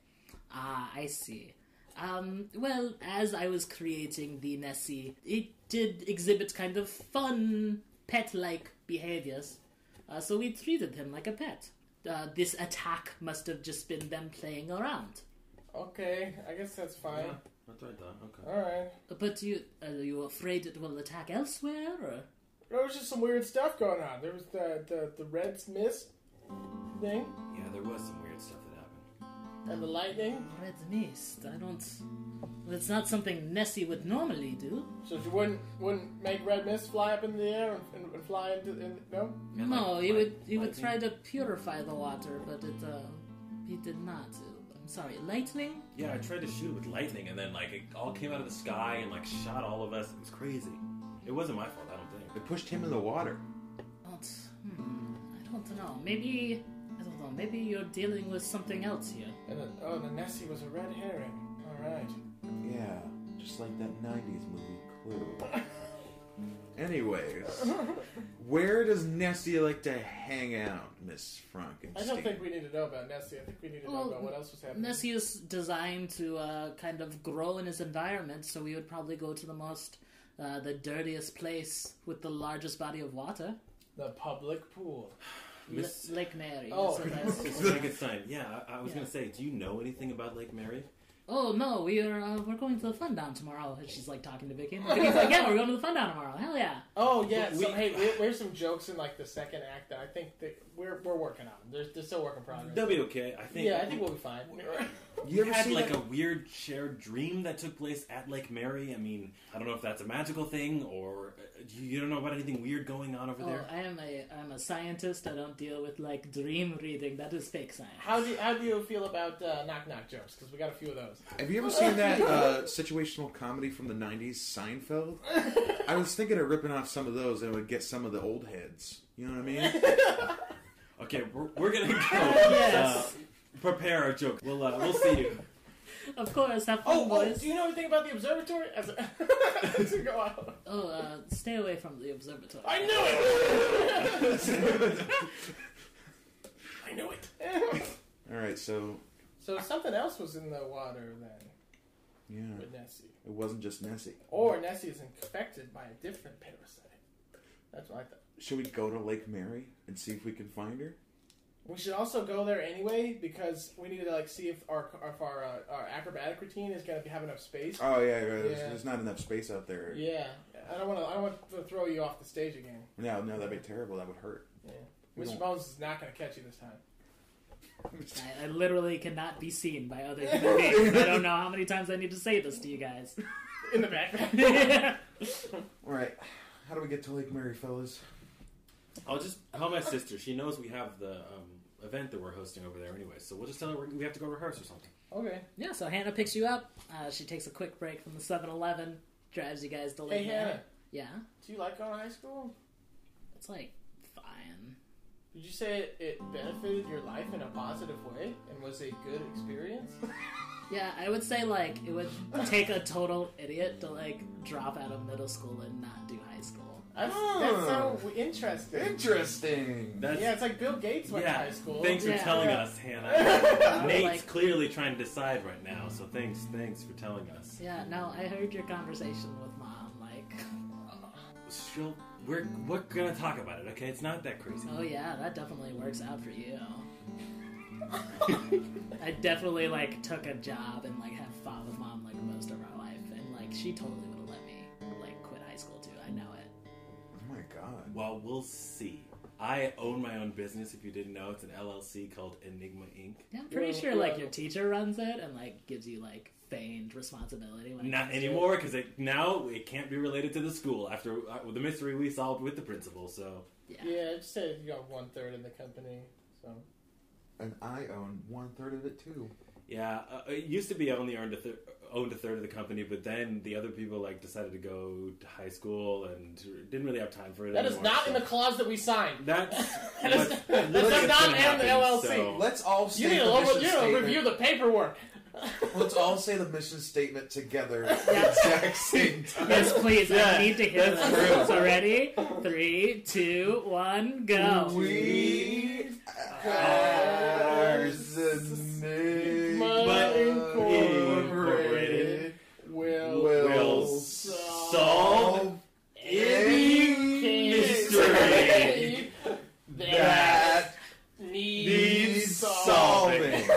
S5: Ah, I see. Um, well, as I was creating the Nessie, it did exhibit kind of fun, pet like behaviors. Uh, so we treated him like a pet. Uh, this attack must have just been them playing around.
S4: Okay, I guess that's fine.
S6: Yeah, that's what I thought. Okay.
S4: All right.
S5: But you, are you afraid it will attack elsewhere? Or?
S4: There was just some weird stuff going on. There was the the, the red mist thing
S6: Yeah, there was some weird stuff that happened.
S4: and the lightning.
S5: Red mist. I don't. That's not something Nessie would normally do.
S4: So she wouldn't wouldn't make red mist fly up in the air and, and, and fly into in, no.
S6: Yeah,
S5: no,
S6: like-
S5: he
S6: like-
S5: would he would
S6: lightning.
S5: try to purify the water, but it uh, he did not. I'm sorry, lightning.
S6: Yeah, I tried to shoot it with lightning, and then like it all came out of the sky and like shot all of us. It was crazy. It wasn't my fault, I don't think.
S2: It pushed him in the water.
S5: Don't, hmm, I don't know. Maybe I don't know. Maybe you're dealing with something else here.
S4: And the, oh, the Nessie was a red herring. All right.
S2: Yeah, just like that 90s movie
S4: (laughs)
S2: Clue. Anyways, where does Nessie like to hang out, Miss
S4: I
S2: Frankenstein?
S4: don't think we need to know about Nessie. I think we need to know
S5: Well,
S4: about what else was happening.
S5: Nessie is designed to uh, kind of grow in his environment, so we would probably go to the most, uh, the dirtiest place with the largest body of water,
S4: The public pool.
S6: Miss-
S5: L- Lake Mary.
S6: (laughs)
S4: Oh.
S5: So that's-
S6: Mr. Frankenstein, yeah, I, I was
S5: Yeah.
S6: gonna say, do you know anything about Lake Mary?
S5: oh no, we are uh, we're going to the fun down tomorrow. And she's like talking to Vicky. And Vicky's like, yeah, we're going to the fun down tomorrow. Hell yeah.
S4: Oh yeah.
S6: We-
S4: so
S6: we-
S4: hey, we, there's some jokes in like the second act that I think that we're we're working on. They're, they're still work in progress.
S6: That'll be okay. I think.
S4: (laughs) yeah, I think we'll be fine.
S2: You
S6: we
S2: ever
S6: had
S2: see
S6: like
S2: that-
S6: a weird shared dream that took place at Lake Mary. I mean, I don't know if that's a magical thing or uh, you, you don't know about anything weird going on over
S5: Oh,
S6: there.
S5: I am a I'm a scientist. I don't deal with like dream reading. That is fake science.
S4: How do how do you feel about uh, knock knock jokes? Because we got a few of those.
S2: Have you ever seen that uh, situational comedy from the '90s, Seinfeld? I was thinking of ripping off some of those and would get some of the old heads. You know what I mean?
S6: Okay, we're, we're gonna go.
S5: Yes.
S6: Uh, prepare our joke. We'll uh, we'll see you.
S5: Of course, have fun,
S4: Oh, oh,
S5: boys.
S4: do you know anything about the observatory? As a, (laughs) to go out.
S5: Oh, uh, stay away from the observatory.
S4: I knew it. (laughs) I knew it.
S2: All right, so
S4: so something else was in the water then
S2: yeah,
S4: with Nessie,
S2: it wasn't just Nessie.
S4: or Nessie is infected by a different parasite. That's what I thought.
S2: Should we go to Lake Mary and see if we can find her?
S4: We should also go there anyway because we need to like see if our if our uh, our acrobatic routine is gonna be, have enough space.
S2: Oh yeah, yeah, There's,
S4: Yeah.
S2: there's not enough space out there.
S4: Yeah, I don't want to. I don't want to throw you off the stage again.
S2: No, no, that'd be terrible. That would hurt.
S4: Yeah.
S2: We
S4: Mr.
S2: don't-
S4: Bones is not going to catch you this time.
S5: I, I literally cannot be seen by
S4: (laughs)
S5: other human beings. I don't know how many times I need to say this to you guys.
S4: In
S5: (laughs)
S4: the back. (laughs)
S2: All right, how do we get to Lake Mary, fellas?
S6: I'll just tell my sister. She knows we have the um, event that we're hosting over there anyway, so we'll just tell her we- we have to go rehearse or something.
S4: okay.
S5: yeah, so Hannah picks you up. Uh, she takes a quick break from the 7-Eleven, drives you guys to
S4: Hey,
S5: Lake Mary.
S4: Hannah,
S5: Yeah,
S4: do you like going to high school?
S5: it's like fine.
S4: Did you say it, it benefited your life in a positive way and was a good experience?
S5: Yeah, I would say like it would take a total idiot to like drop out of middle school and not do high school.
S4: That's,
S2: Oh.
S4: that's so w- interesting.
S2: Interesting.
S6: That's
S4: Yeah, it's like Bill Gates went to
S6: yeah.
S4: high school.
S6: Thanks for
S5: Yeah.
S6: telling
S4: Yeah.
S6: us,
S4: (laughs)
S6: Hannah. Nate's
S5: Like-
S6: clearly trying to decide right now, so thanks, thanks for telling us.
S5: Yeah, no, I heard your conversation with mom. Like,
S6: She'll, we're we're gonna talk about it, okay? It's not that crazy.
S5: oh yeah, that definitely works out for you. I definitely like took a job and like have fought with mom like most of our life, and like she totally would have let me like quit high school too. I know it.
S2: Oh my god.
S6: Well, we'll see. I own my own business. If you didn't know, it's an LLC called Enigma Inc.
S5: Yeah, I'm pretty
S4: Yeah,
S5: sure like
S4: yeah.
S5: your teacher runs it and like gives you like feigned responsibility. When it
S6: Not
S5: comes to it.
S6: anymore, because it, now it can't be related to the school after uh, the mystery we solved with the principal. So
S4: Yeah, I just said you got one third in the company. So
S2: And I own one third of it too.
S6: yeah, uh, it used to be I only earned a th- owned a third of the company, but then the other people like decided to go to high school and didn't really have time for it.
S4: That is
S6: anymore,
S4: not in
S6: so-
S4: the clause that
S6: (laughs)
S4: we signed.
S6: That's
S4: That
S6: what's-
S4: is- that
S6: look,
S4: does
S6: it's
S4: not
S6: gonna
S4: end
S6: happen,
S4: the LLC.
S6: so-
S2: Let's all
S4: You
S2: say
S4: need
S2: the
S4: to, look-
S2: mission
S4: you need to
S2: statement.
S4: review the paperwork. (laughs)
S2: Let's all say the mission statement together at
S5: Yeah.
S2: the
S5: (laughs)
S2: exact same time.
S5: Yes, please. I need to hear
S6: that's
S5: this. So ready? Three, two, one, go.
S2: We are the
S6: But
S2: Incorporated
S6: incorporated
S4: Will.
S2: will
S6: will
S2: solve
S6: solve
S2: any
S6: mystery
S4: (laughs)
S2: that
S6: needs
S2: needs
S6: solving.
S2: solving.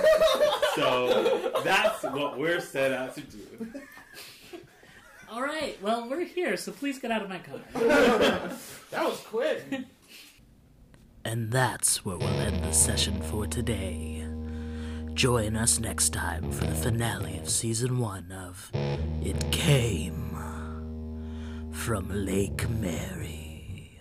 S6: So
S4: (laughs)
S6: that's what we're set out to do.
S5: All right. Well, we're here, so please get out of my car.
S4: That was quick.
S7: And that's where we'll end the session for today. Join us next time for the finale of season one of It Came from Lake Mary.